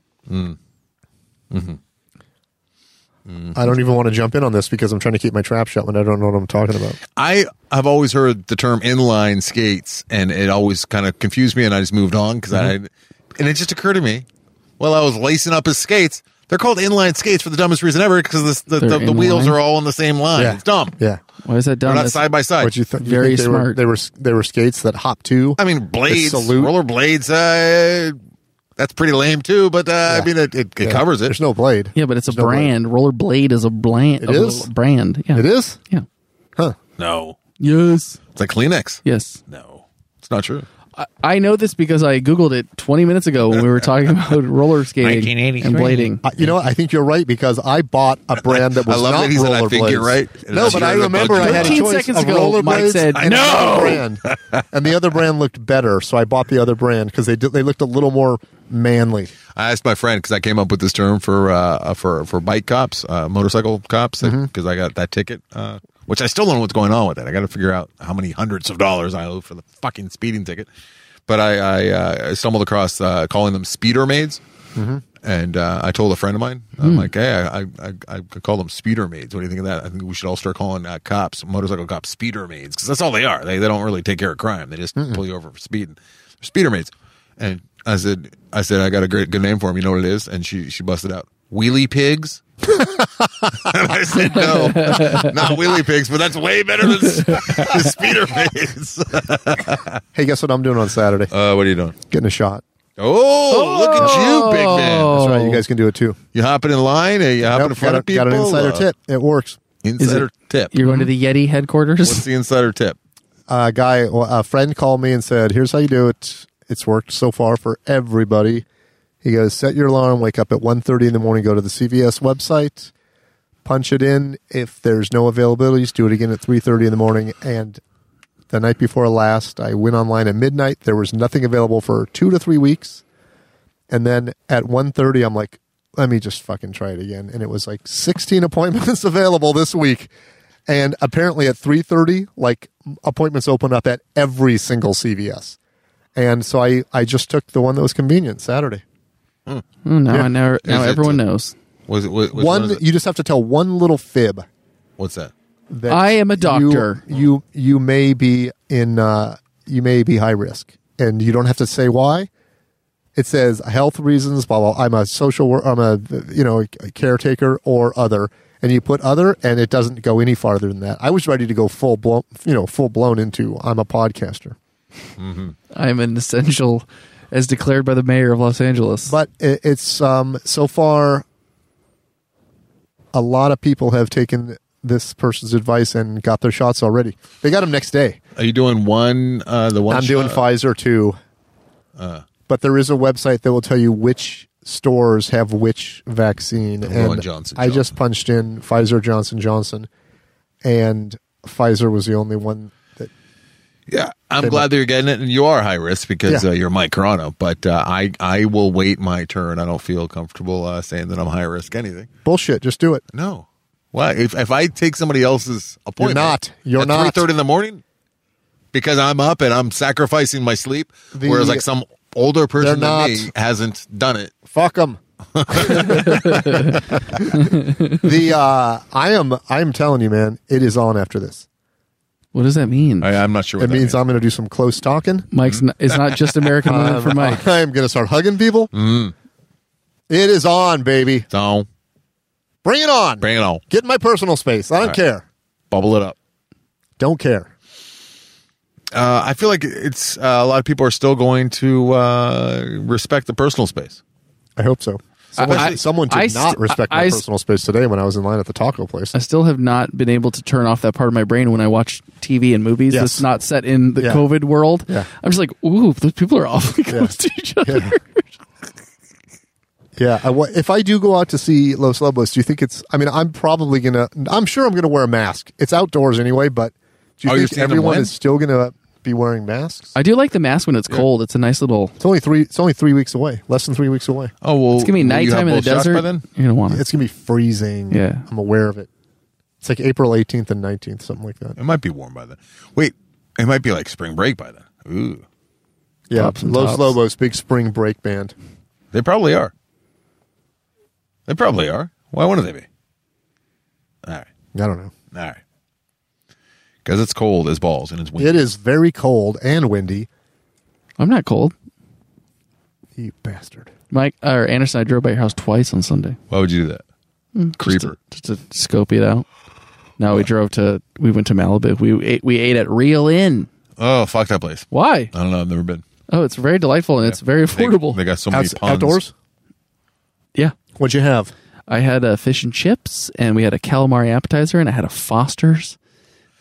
I don't even want to jump in on this because I'm trying to keep my trap shut when I don't know what I'm talking about. I have always heard the term inline skates, and it always kind of confused me, and I just moved on because Mm-hmm. I. And it just occurred to me, while I was lacing up his skates, they're called inline skates for the dumbest reason ever because the, the, They're the, the wheels inline? are all on the same line. Yeah. It's dumb. Yeah, Why is that They're done? not side by side. what you, th- you Very think they Were, smart. they were they were skates that hop too. I mean, blades, salute. roller blades. Uh, that's pretty lame too, but uh, I mean, it, it, it Yeah. covers it. There's no blade. yeah, but it's a There's no blade. brand. Roller Rollerblade is a brand. It a is? brand. Yeah. It is, Yeah. huh? No, Yes. it's like Kleenex. Yes. No, it's not true. I, I know this because I googled it 20 minutes ago when we were talking about roller skating and blading. Uh, you know, what? I think you're right because I bought a brand that I was love not that he said, "I rollerblades. think you're right." And No, that's but your I other remember bug I you had a got. 13 choice seconds of ago, Mike rollerblades said, and another "No!" brand, and the other brand looked better, so I bought the other brand because they did, they looked a little more manly. I asked my friend because I came up with this term for uh, for for bike cops, uh, motorcycle cops, Mm-hmm. because I got that ticket, uh, which I still don't know what's going on with that. I got to figure out how many hundreds of dollars I owe for the fucking speeding ticket. But I I, uh, I stumbled across uh, calling them speeder maids. And uh, I told a friend of mine, I'm Hmm. like, hey, I, I, I, I could call them speeder maids. What do you think of that? I think we should all start calling uh, cops, motorcycle cops, speeder maids, because that's all they are. They, they don't really take care of crime. They just pull you over for speeding. They're speeder maids. And I said, I said, I got a great good name for them. You know what it is? And she she busted out wheelie pigs. and I said, no, not wheelie pigs, but that's way better than s- speeder maids. Hey, guess what I'm doing on Saturday? uh, what are you doing? Getting a shot. Oh, look at you, big man. That's right. Oh. You guys can do it too. You hopping in line? and You hopping Nope, oh. in front Oh. got, of a- people? got an insider uh, tip. It works. Insider it- tip. You're going to Mm-hmm. the Yeti What's headquarters? the insider tip? A guy, a friend called me and said, "Here's how you do it. It's worked so far for everybody." He He goes, set your alarm, wake up at 1.30 in the morning, go to the CVS website, punch it in. If there's no availabilities, do it again at 3.30 in the morning. And the night before last, I went online at midnight. There was nothing available for two to three weeks. And then at 1.30, I'm like, let me just fucking try it again. And it was like 16 appointments available this week. And apparently at 3.30, like appointments open up at every single CVS. And so I, I just took the one that was convenient Saturday. Oh, now I never, now Is it, everyone uh, knows. Was it was, was one, it- you just have to tell one little fib. What's that? That I am a doctor. You you, you may be in uh, you may be high risk, and you don't have to say why. It says health reasons. Blah blah. I'm a social. wor- I'm a you know a caretaker or other, and you put other, and it doesn't go any farther than that. I was ready to go full blown, you know, full blown into I'm a podcaster. I'm an essential, as declared by the mayor of Los Angeles. but it, it's um, so far a lot of people have taken this person's advice and got their shots already they got them next day Are you doing one? Uh, the one i'm doing shot? pfizer too uh, but there is a website that will tell you which stores have which vaccine going and Johnson i just punched in pfizer johnson johnson and pfizer was the only one that Yeah, I'm glad that you're getting it, and you are high risk because Yeah. uh, you're Mike Corona. But uh, I I will wait my turn. I don't feel comfortable uh, saying that I'm high risk anything. bullshit just do it No. Why? If if I take somebody else's appointment, not. You're at not. three thirty in the morning because I'm up and I'm sacrificing my sleep, The- whereas like some older person than They're not. me hasn't done it. Fuck them. the uh, I am I am telling you, man, it is on after this. what does that mean? I, I'm not sure. What It that means I'm going to do some close talking. Mike's not, it's not just American Women for Mike. I am going to start hugging people. Mm. It is on, baby. So Bring it on. bring it on, Get in my personal space. I don't care. bubble it up. Don't care. Uh, I feel like it's uh, a lot of people are still going to uh, respect the personal space. I hope so. Someone, I- someone did I not st- respect I- my I st- personal space today when I was in line at the taco place. I still have not been able to turn off that part of my brain when I watch TV and movies Yes. that's not set in the Yeah. COVID world. Yeah. I'm just like, ooh, those people are awfully close to each other. Yeah. yeah. I wa- if I do go out to see Los Lobos, do you think it's? I mean, I'm probably gonna. I'm sure I'm gonna wear a mask. It's outdoors anyway, but do you Oh, you're think seeing them everyone when? is still gonna be wearing masks? I do like the mask when it's cold. It's a nice little. it's only three. It's only three weeks away. Less than three weeks away. Oh well, It's gonna be will you have nighttime in the both shots desert. by then. You're gonna want it. It's gonna be freezing. Yeah. I'm aware of it. It's like April 18th and 19th, something like that. It might be warm by then. Wait, it might be like spring break by then. Ooh, Yeah, Tops and Los tops. Lobos, big spring break band. they probably are. They probably are. Why wouldn't they be? All right, I don't know. all right. Because it's cold as balls and it's windy. It is very cold and windy. I'm not cold. You bastard. Mike or Anderson, I drove by your house twice on Sunday. Why would you do that? Creeper. Just to, just to scope it out. No, we drove to. We went to Malibu. We ate, we ate at Real Inn. Oh, fuck that place. Why? I don't know. I've never been. Oh, it's very delightful and it's very They, affordable. they got so many Outs- ponds. outdoors? yeah. What'd you have? I had a fish and chips, and we had a calamari appetizer, and I had a Foster's.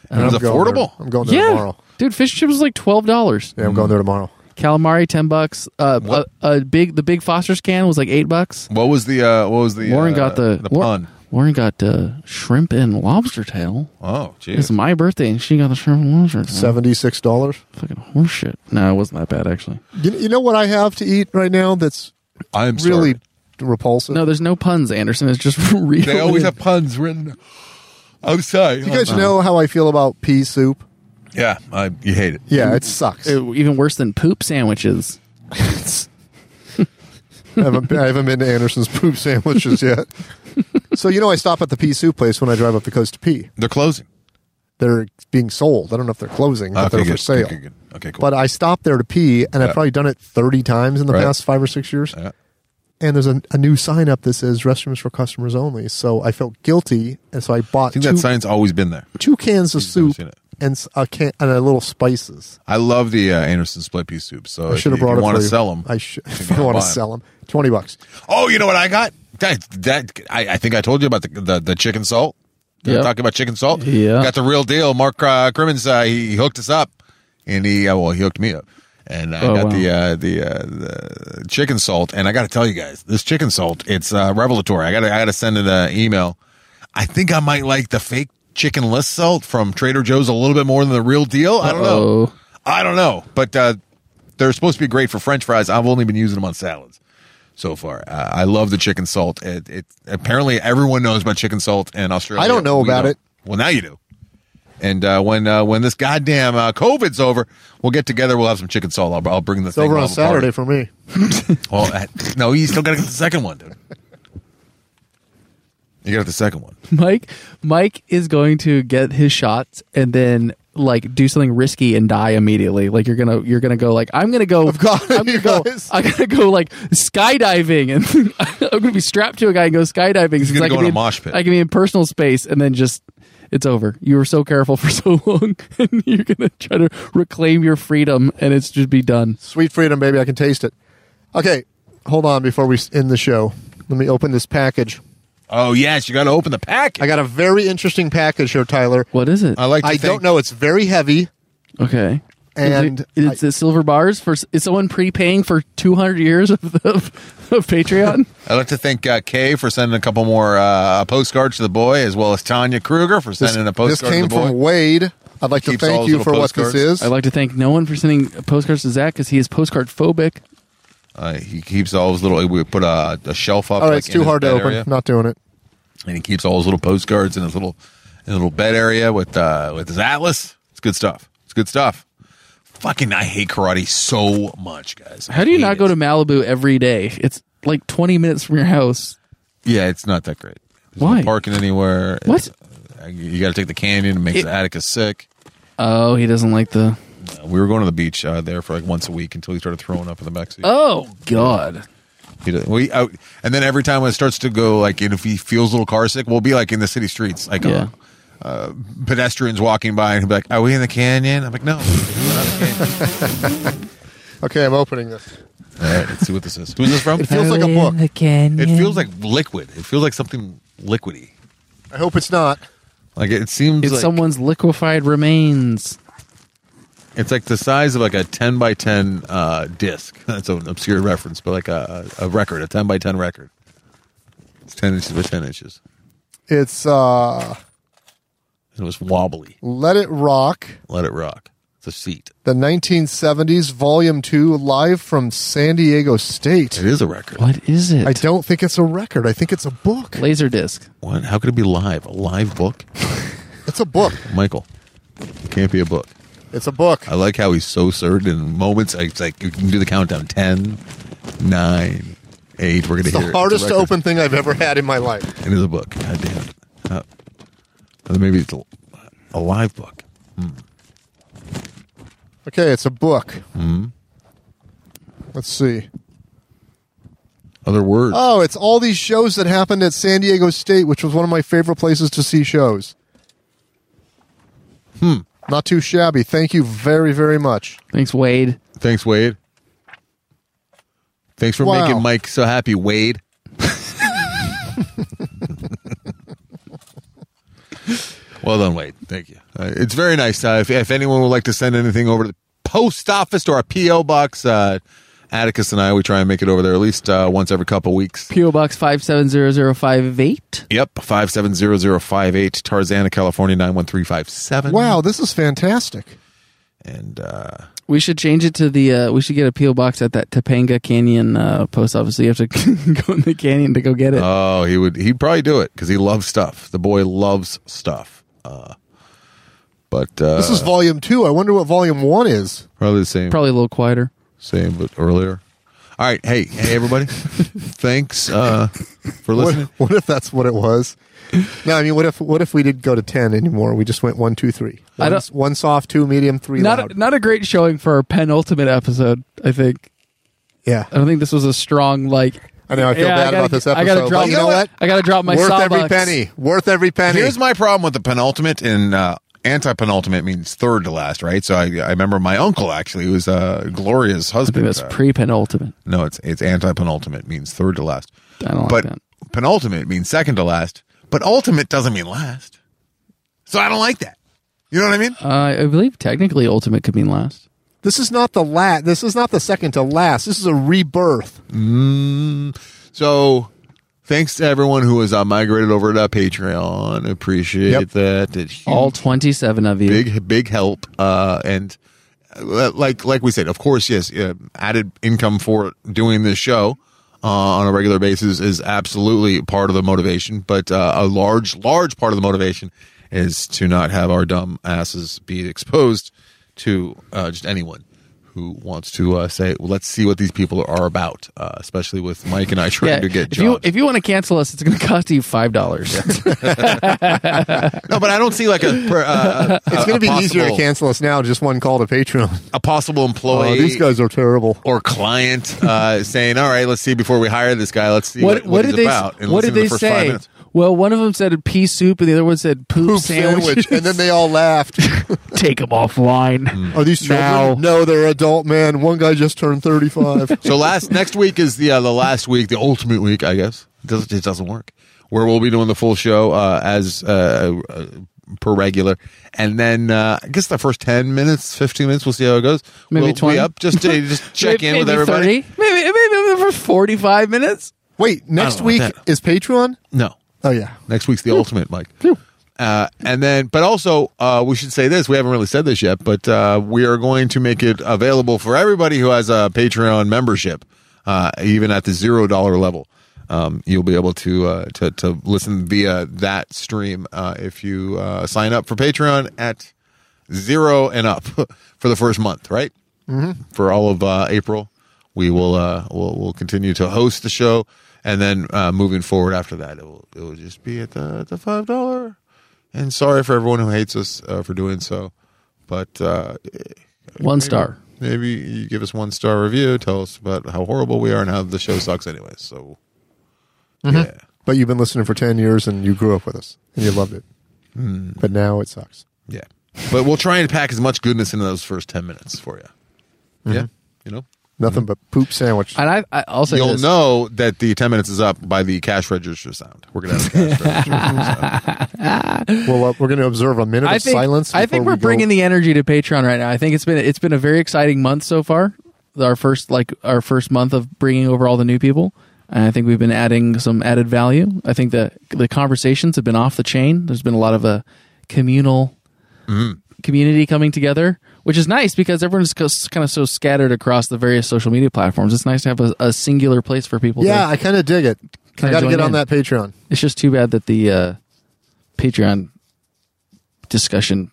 It was I'm going there- affordable. I'm going there yeah, tomorrow. dude, fish and chips was like twelve dollars. Yeah, I'm going there tomorrow. Mm-hmm. Calamari ten bucks. Uh, a, a big the big Foster's can was like eight bucks. What was the uh, what was the Warren uh, got the, the War- pun? Warren got uh, shrimp and lobster tail. Oh, It's jeez. my birthday, and she got the shrimp and lobster tail. $76. Fucking horseshit. No, it wasn't that bad actually. You, you know what I have to eat right now that's I'm really sorry. repulsive? No, there's no puns, Anderson. It's just real. They always have puns written. I'm sorry. you guys know how I feel about pea soup? yeah, I, you hate it. Yeah, it sucks. Uh, even worse than poop sandwiches. I, haven't, I haven't been to Anderson's poop sandwiches yet. so, you know, I stop at the pea soup place when I drive up the coast to pee. They're closing. They're being sold. I don't know if they're closing, but they're for good. sale. Okay, good. Okay, cool. But I stop there to pee, and I've Yeah. probably done it 30 times in the Right. past five or six years. Yeah. And there's a, a new sign up that says restrooms for customers only. So I felt guilty, and so I bought I think two, that sign's always been there. two cans of never soup seen it. and s- a can and a little spices. I love the uh, Anderson split pea soup. So I Oh, if should you, have brought if you it want for to you. sell them. I should. you If can I want buy to 'em. sell them, twenty bucks. Oh, you know what I got? That that I, I think I told you about the the, the chicken salt. They were Yep. talking about chicken salt. Yeah. got the real deal. Mark uh, Crimmins, uh, he, he hooked us up, and he uh, well he hooked me up, and I Oh, got wow. the uh, the, uh, the chicken salt. And I got to tell you guys, this chicken salt, it's uh, revelatory. I got to I got to send it an uh, email. I think I might like the fake chicken less salt from Trader Joe's a little bit more than the real deal. I don't know. Uh-oh. I don't know, but uh, they're supposed to be great for French fries. I've only been using them on salads so far. Uh, I love the chicken salt. It, it apparently everyone knows about chicken salt in Australia. I don't know We about it. Well, now you do. And uh, when uh, when this goddamn uh, COVID's over, we'll get together. We'll have some chicken salt. I'll, I'll bring the It's thing. over we'll on have a party. Saturday for me. Well, that- no, you still got to get the second one, dude. You got the second one. Mike Mike is going to get his shots and then like do something risky and die immediately. Like you're gonna you're gonna go like I'm gonna go got it, I'm gonna you go guys. I'm gonna go like skydiving and I'm gonna be strapped to a guy and go skydiving. He's gonna I go can in be a mosh pit. I can be in personal space and then just it's over. You were so careful for so long and you're gonna try to reclaim your freedom and it's just be done. Sweet freedom, baby. I can taste it. Okay, hold on before we s- end the show. Let me open this package. Oh yes, you got to open the packet. I got a very interesting package here, Tyler. What is it? I like. To I think- don't know. It's very heavy. Okay. And is it, is it silver bars for is someone prepaying for 200 years of, of, of Patreon? I'd like to thank uh, Kay for sending a couple more uh, postcards to the boy, as well as Tanya Kruger for This, sending a this postcard came to the boy. from Wade. I'd like to Keeps all thank his you little for what this postcards. is. I'd like to thank no one for sending postcards to Zach because he is postcard phobic. uh, he keeps all his little. We put a, a shelf up. All right, like, it's in too his hard to bed open. area, Not doing it. and he keeps all his little postcards in his little in his little bed area with uh, with his atlas. It's good stuff. It's good stuff. Fucking, I hate karate so much, guys. I How do you hate not it. go to Malibu every day? It's like 20 minutes from your house. Yeah, it's not that great. There's Why? no parking anywhere? What? It's- uh, you got to take the canyon. It makes It- the Atticus sick. Oh, he doesn't like the. Uh, we were going to the beach uh, there for like once a week until he started throwing up in the backseat. Oh God! He does, we, I, and then every time when it starts to go, like, and if he feels a little car sick, we'll be like in the city streets, like Yeah. uh, uh, pedestrians walking by, and he'll be like, "Are we in the canyon?" I'm like, "No." We're not in the canyon." Okay, I'm opening this. All right, let's see what this is. Who's this from? It feels like a book. It feels like liquid. It feels like something liquidy. I hope it's not. Like it seems It's like someone's liquefied remains. it's like the size of like a ten by ten uh, disc. That's an obscure reference, but like a, a record, a ten by ten record. It's ten inches by ten inches. It's uh It was wobbly. Let It Rock, Let it rock. It's a seat. the 1970s, Volume 2, live from San Diego State. It is a record. What is it? I don't think it's a record. I think it's a book. Laser disc. What? How could it be live? A live book? It's a book. Michael, it can't be a book. It's a book. I like how he's so certain in moments. It's like you can do the countdown 10, 9, 8. We're going to It's hear it. the hardest it's a record. open thing I've ever had in my life. It is a book. God damn it. Uh, or maybe it's a, a live book. Okay, it's a book. Mm-hmm. Hmm. Let's see. Other words. Oh, it's all these shows that happened at San Diego State, which was one of my favorite places to see shows. Hmm. Not too shabby. Thank you very, very much. Thanks, Wade. Thanks, Wade. Thanks for Wow. making Mike so happy, Wade. well done, Wade. Thank you. Uh, it's very nice. Uh, if, if anyone would like to send anything over to the post office to our P.O. box, uh, Atticus and I, we try and make it over there at least uh, once every couple weeks. PO Box five seven zero zero five eight. Yep, 570058, Tarzana, California, 91357. Wow, this is fantastic. And uh, We should change it to the. Uh, we should get a PO box at that Topanga Canyon uh, post office. So you have to go in the canyon to go get it. Oh, he would. He'd probably do it because he loves stuff. The boy loves stuff. Uh, but uh, This is volume two. I wonder what volume one is. probably the same. Probably a little quieter. Same, but earlier. All right. Hey, hey, everybody. Thanks uh, for What, listening. what if that's what it was? No, I mean, what if what if we didn't go to ten anymore? We just went one, two, three. I One, don't- one soft, two medium, three Not loud. a, not a great showing for our penultimate episode. I think. yeah, I don't think this was a strong like. I know. I feel Yeah, bad I gotta- about this episode. I gotta drop- but you know what? I gotta drop my worth saw every box. penny. Worth every penny. Here's my problem with the penultimate and uh, anti penultimate means third to last, right? So I, I remember my uncle actually, who was uh, Gloria's I think husband. that's uh, pre penultimate. No, it's it's anti penultimate means third to last. I don't like but that. penultimate means second to last. But ultimate doesn't mean last. So I don't like that. You know what I mean? Uh, I believe technically ultimate could mean last. This is not the la- This is not the second to last. This is a rebirth. So, thanks to everyone who has uh, migrated over to Patreon. Appreciate Yep. that. It Hmm. huge, All 27 of you. big big help. Uh, and uh, like like we said, of course, yes, uh, added income for doing this show uh, on a regular basis is absolutely part of the motivation. But uh, a large large part of the motivation is to not have our dumb asses be exposed to uh, just anyone. Who wants to uh, say? Well, let's see what these people are about, uh, especially with Mike and I trying Yeah, to get if you jobs. if you want to cancel us, it's going to cost you five dollars. No, but I don't see like a. per- Uh, It's going to be easier to cancel us now. Just one call to Patreon. A possible employee. Oh, these guys are terrible. or client uh, saying, "All right, let's see before we hire this guy. Let's see what, what, what he's did they about." what listen did to the they first five say? minutes. Well, one of them said pea soup, and the other one said poop, Poop sandwich. sandwich, and then they all laughed. Take them offline. Hmm. Are these children? Now- No, they're adult men. One guy just turned thirty-five. So last next week is the uh, the last week, the ultimate week, I guess. It doesn't, it doesn't work. Where we'll be doing the full show uh, as uh, uh, per regular, and then uh, I guess the first ten minutes, fifteen minutes, we'll see how it goes. Maybe we'll be 20. up just to just check Maybe- in with maybe everybody. 30? Maybe maybe for forty five minutes. Wait, next know week about that. is Patreon. No, Oh yeah, Next week's the ultimate, Mike. Uh, and then, but also, uh, we should say this. We haven't really said this yet, but uh, we are going to make it available for everybody who has a Patreon membership, uh, even at the zero dollar level. Um, you'll be able to, uh, to to listen via that stream uh, if you uh, sign up for Patreon at zero and up for the first month, right? Mm-hmm. For all of uh, April, we will uh, we'll, we'll continue to host the show, and then uh, moving forward after that, it will it will just be at the the five dollar. And sorry for everyone who hates us uh, for doing so, but uh, One star. maybe you give us one star review, tell us about how horrible we are and how the show sucks anyway. So, yeah. but you've been listening for ten years and you grew up with us and you loved it, but now it sucks. Yeah. But we'll try and pack as much goodness into those first 10 minutes for you. Yeah. You know? Nothing but poop sandwich. And I, I also You'll this. know that the 10 minutes is up by the cash register sound. We're going to have a cash register sound. Well, uh, we're going to observe a minute I of think silence. I think before we're we go. bringing the energy to Patreon right now. I think it's been it's been a very exciting month so far. Our first like our first month of bringing over all the new people, and I think we've been adding some added value. I think the the conversations have been off the chain. There's been a lot of a communal Mm-hmm. community coming together, which is nice because everyone's kind of so scattered across the various social media platforms. It's nice to have a, a singular place for people. to- Yeah, I kind of dig it. Can I I got to join get on in? that Patreon. It's just too bad that the uh, Patreon discussion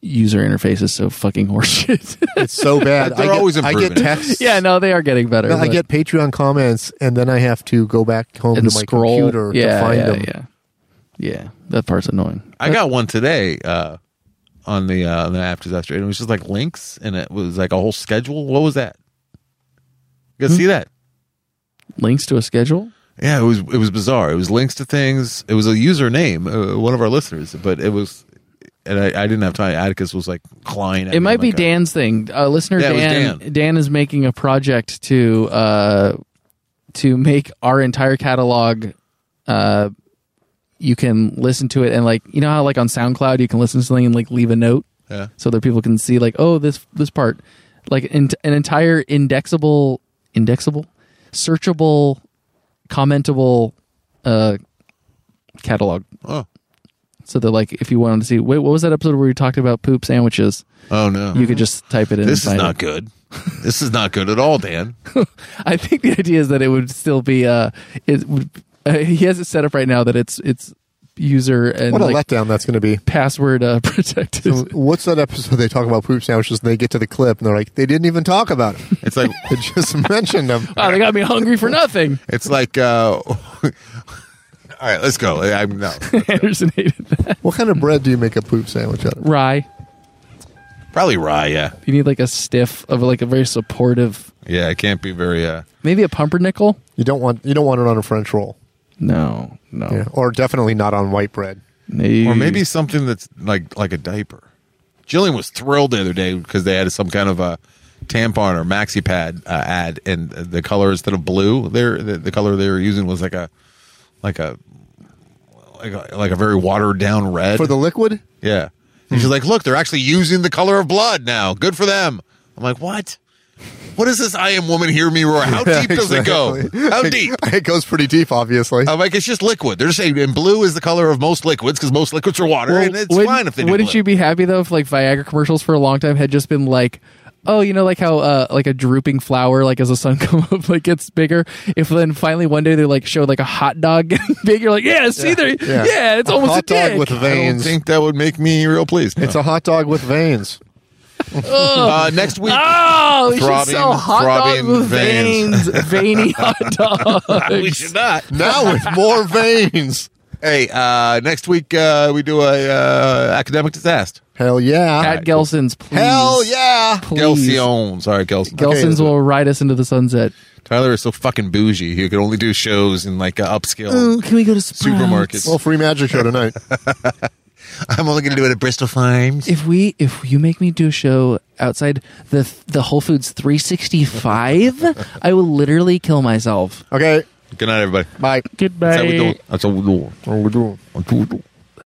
user interface is so fucking horseshit. It's so bad. They're I get, always I get improving. texts. yeah, no, they are getting better. No, I but- get Patreon comments, and then I have to go back home and to my scroll. computer yeah, to find yeah, them. yeah, yeah. That part's annoying. I got one today uh, on the uh, on the app disaster, and it was just like links, and it was like a whole schedule. What was that? You Hmm? guys see that? Links to a schedule. Yeah, it was it was bizarre. It was links to things. It was a username, uh, one of our listeners, but it was, and I, I didn't have time. Atticus was like Klein. It might be Dan's thing. Uh, listener Yeah, it was Dan, Dan. Dan, is making a project to uh, to make our entire catalog. Uh, you can listen to it and like you know how like on SoundCloud you can listen to something and like leave a note. Yeah. so that people can see like oh this this part like in, an entire indexable indexable searchable commentable uh catalog Oh, so that like if you wanted to see wait what was that episode where we talked about poop sandwiches oh no! you could just type it in this and is find not it. good. this is not good at all, Dan. i think the idea is that it would still be uh it would uh, he has it set up right now that it's it's user and What a like letdown that's going to be. password uh, protected What's that episode they talk about poop sandwiches and they get to the clip and they're like, they didn't even talk about it. It's like They just mentioned them. wow Oh, they got me hungry for nothing it's like. Uh, all right, let's go. I'm no anderson hated that What kind of bread do you make a poop sandwich out of? rye probably rye. Yeah, You need like a stiff of like a very supportive, yeah. It can't be very. Uh, maybe a pumpernickel. You don't want you don't want it on a French roll, No, no, yeah, or definitely not on white bread. or maybe something that's like like a diaper. Jillian was thrilled the other day because they had some kind of a tampon or maxi pad uh, ad, and the color instead of blue, there the, the color they were using was like a like a like a, like a very watered down red For the liquid, yeah. And she's like, look, they're actually using the color of blood now. Good for them. I'm like, what? What is this? I am woman. Hear me roar. How deep does it go? How deep? Oh. it goes pretty deep, obviously. I'm like, it's just liquid. They're saying, and blue is the color of most liquids because most liquids are water, and it's wouldn't- fine if they do Wouldn't blue. you be happy though if like Viagra commercials for a long time had just been like, oh, you know, like how uh, like a drooping flower, like as the sun come up, like gets bigger. If then finally one day they like showed like a hot dog getting big, you're like, yeah, see there, yeah, it's almost hot a dick. dog with I don't veins. think that would make me real pleased. No. It's a hot dog with veins. uh, next week, Oh, we should Throbbing- sell hot dogs throbbing with veins, veins. veiny hot we dogs. should not. Now with more veins. Hey, uh, next week uh, we do a uh, academic disaster. Hell yeah. Pat Gelson's, please, Hell yeah. please. Gelsion. Sorry, Gelsion. Gelson's will ride us into the sunset. Tyler is so fucking bougie. He could only do shows in like uh, upscale. can we go to Supermarkets. Well, free magic show tonight. I'm only going to do it at Bristol Farms. if we if you make me do a show outside the the Whole Foods 365, I will literally kill myself. Okay. Good night, everybody. Bye. That's how we do it. That's how we do it. What are we doing? That's how we do it.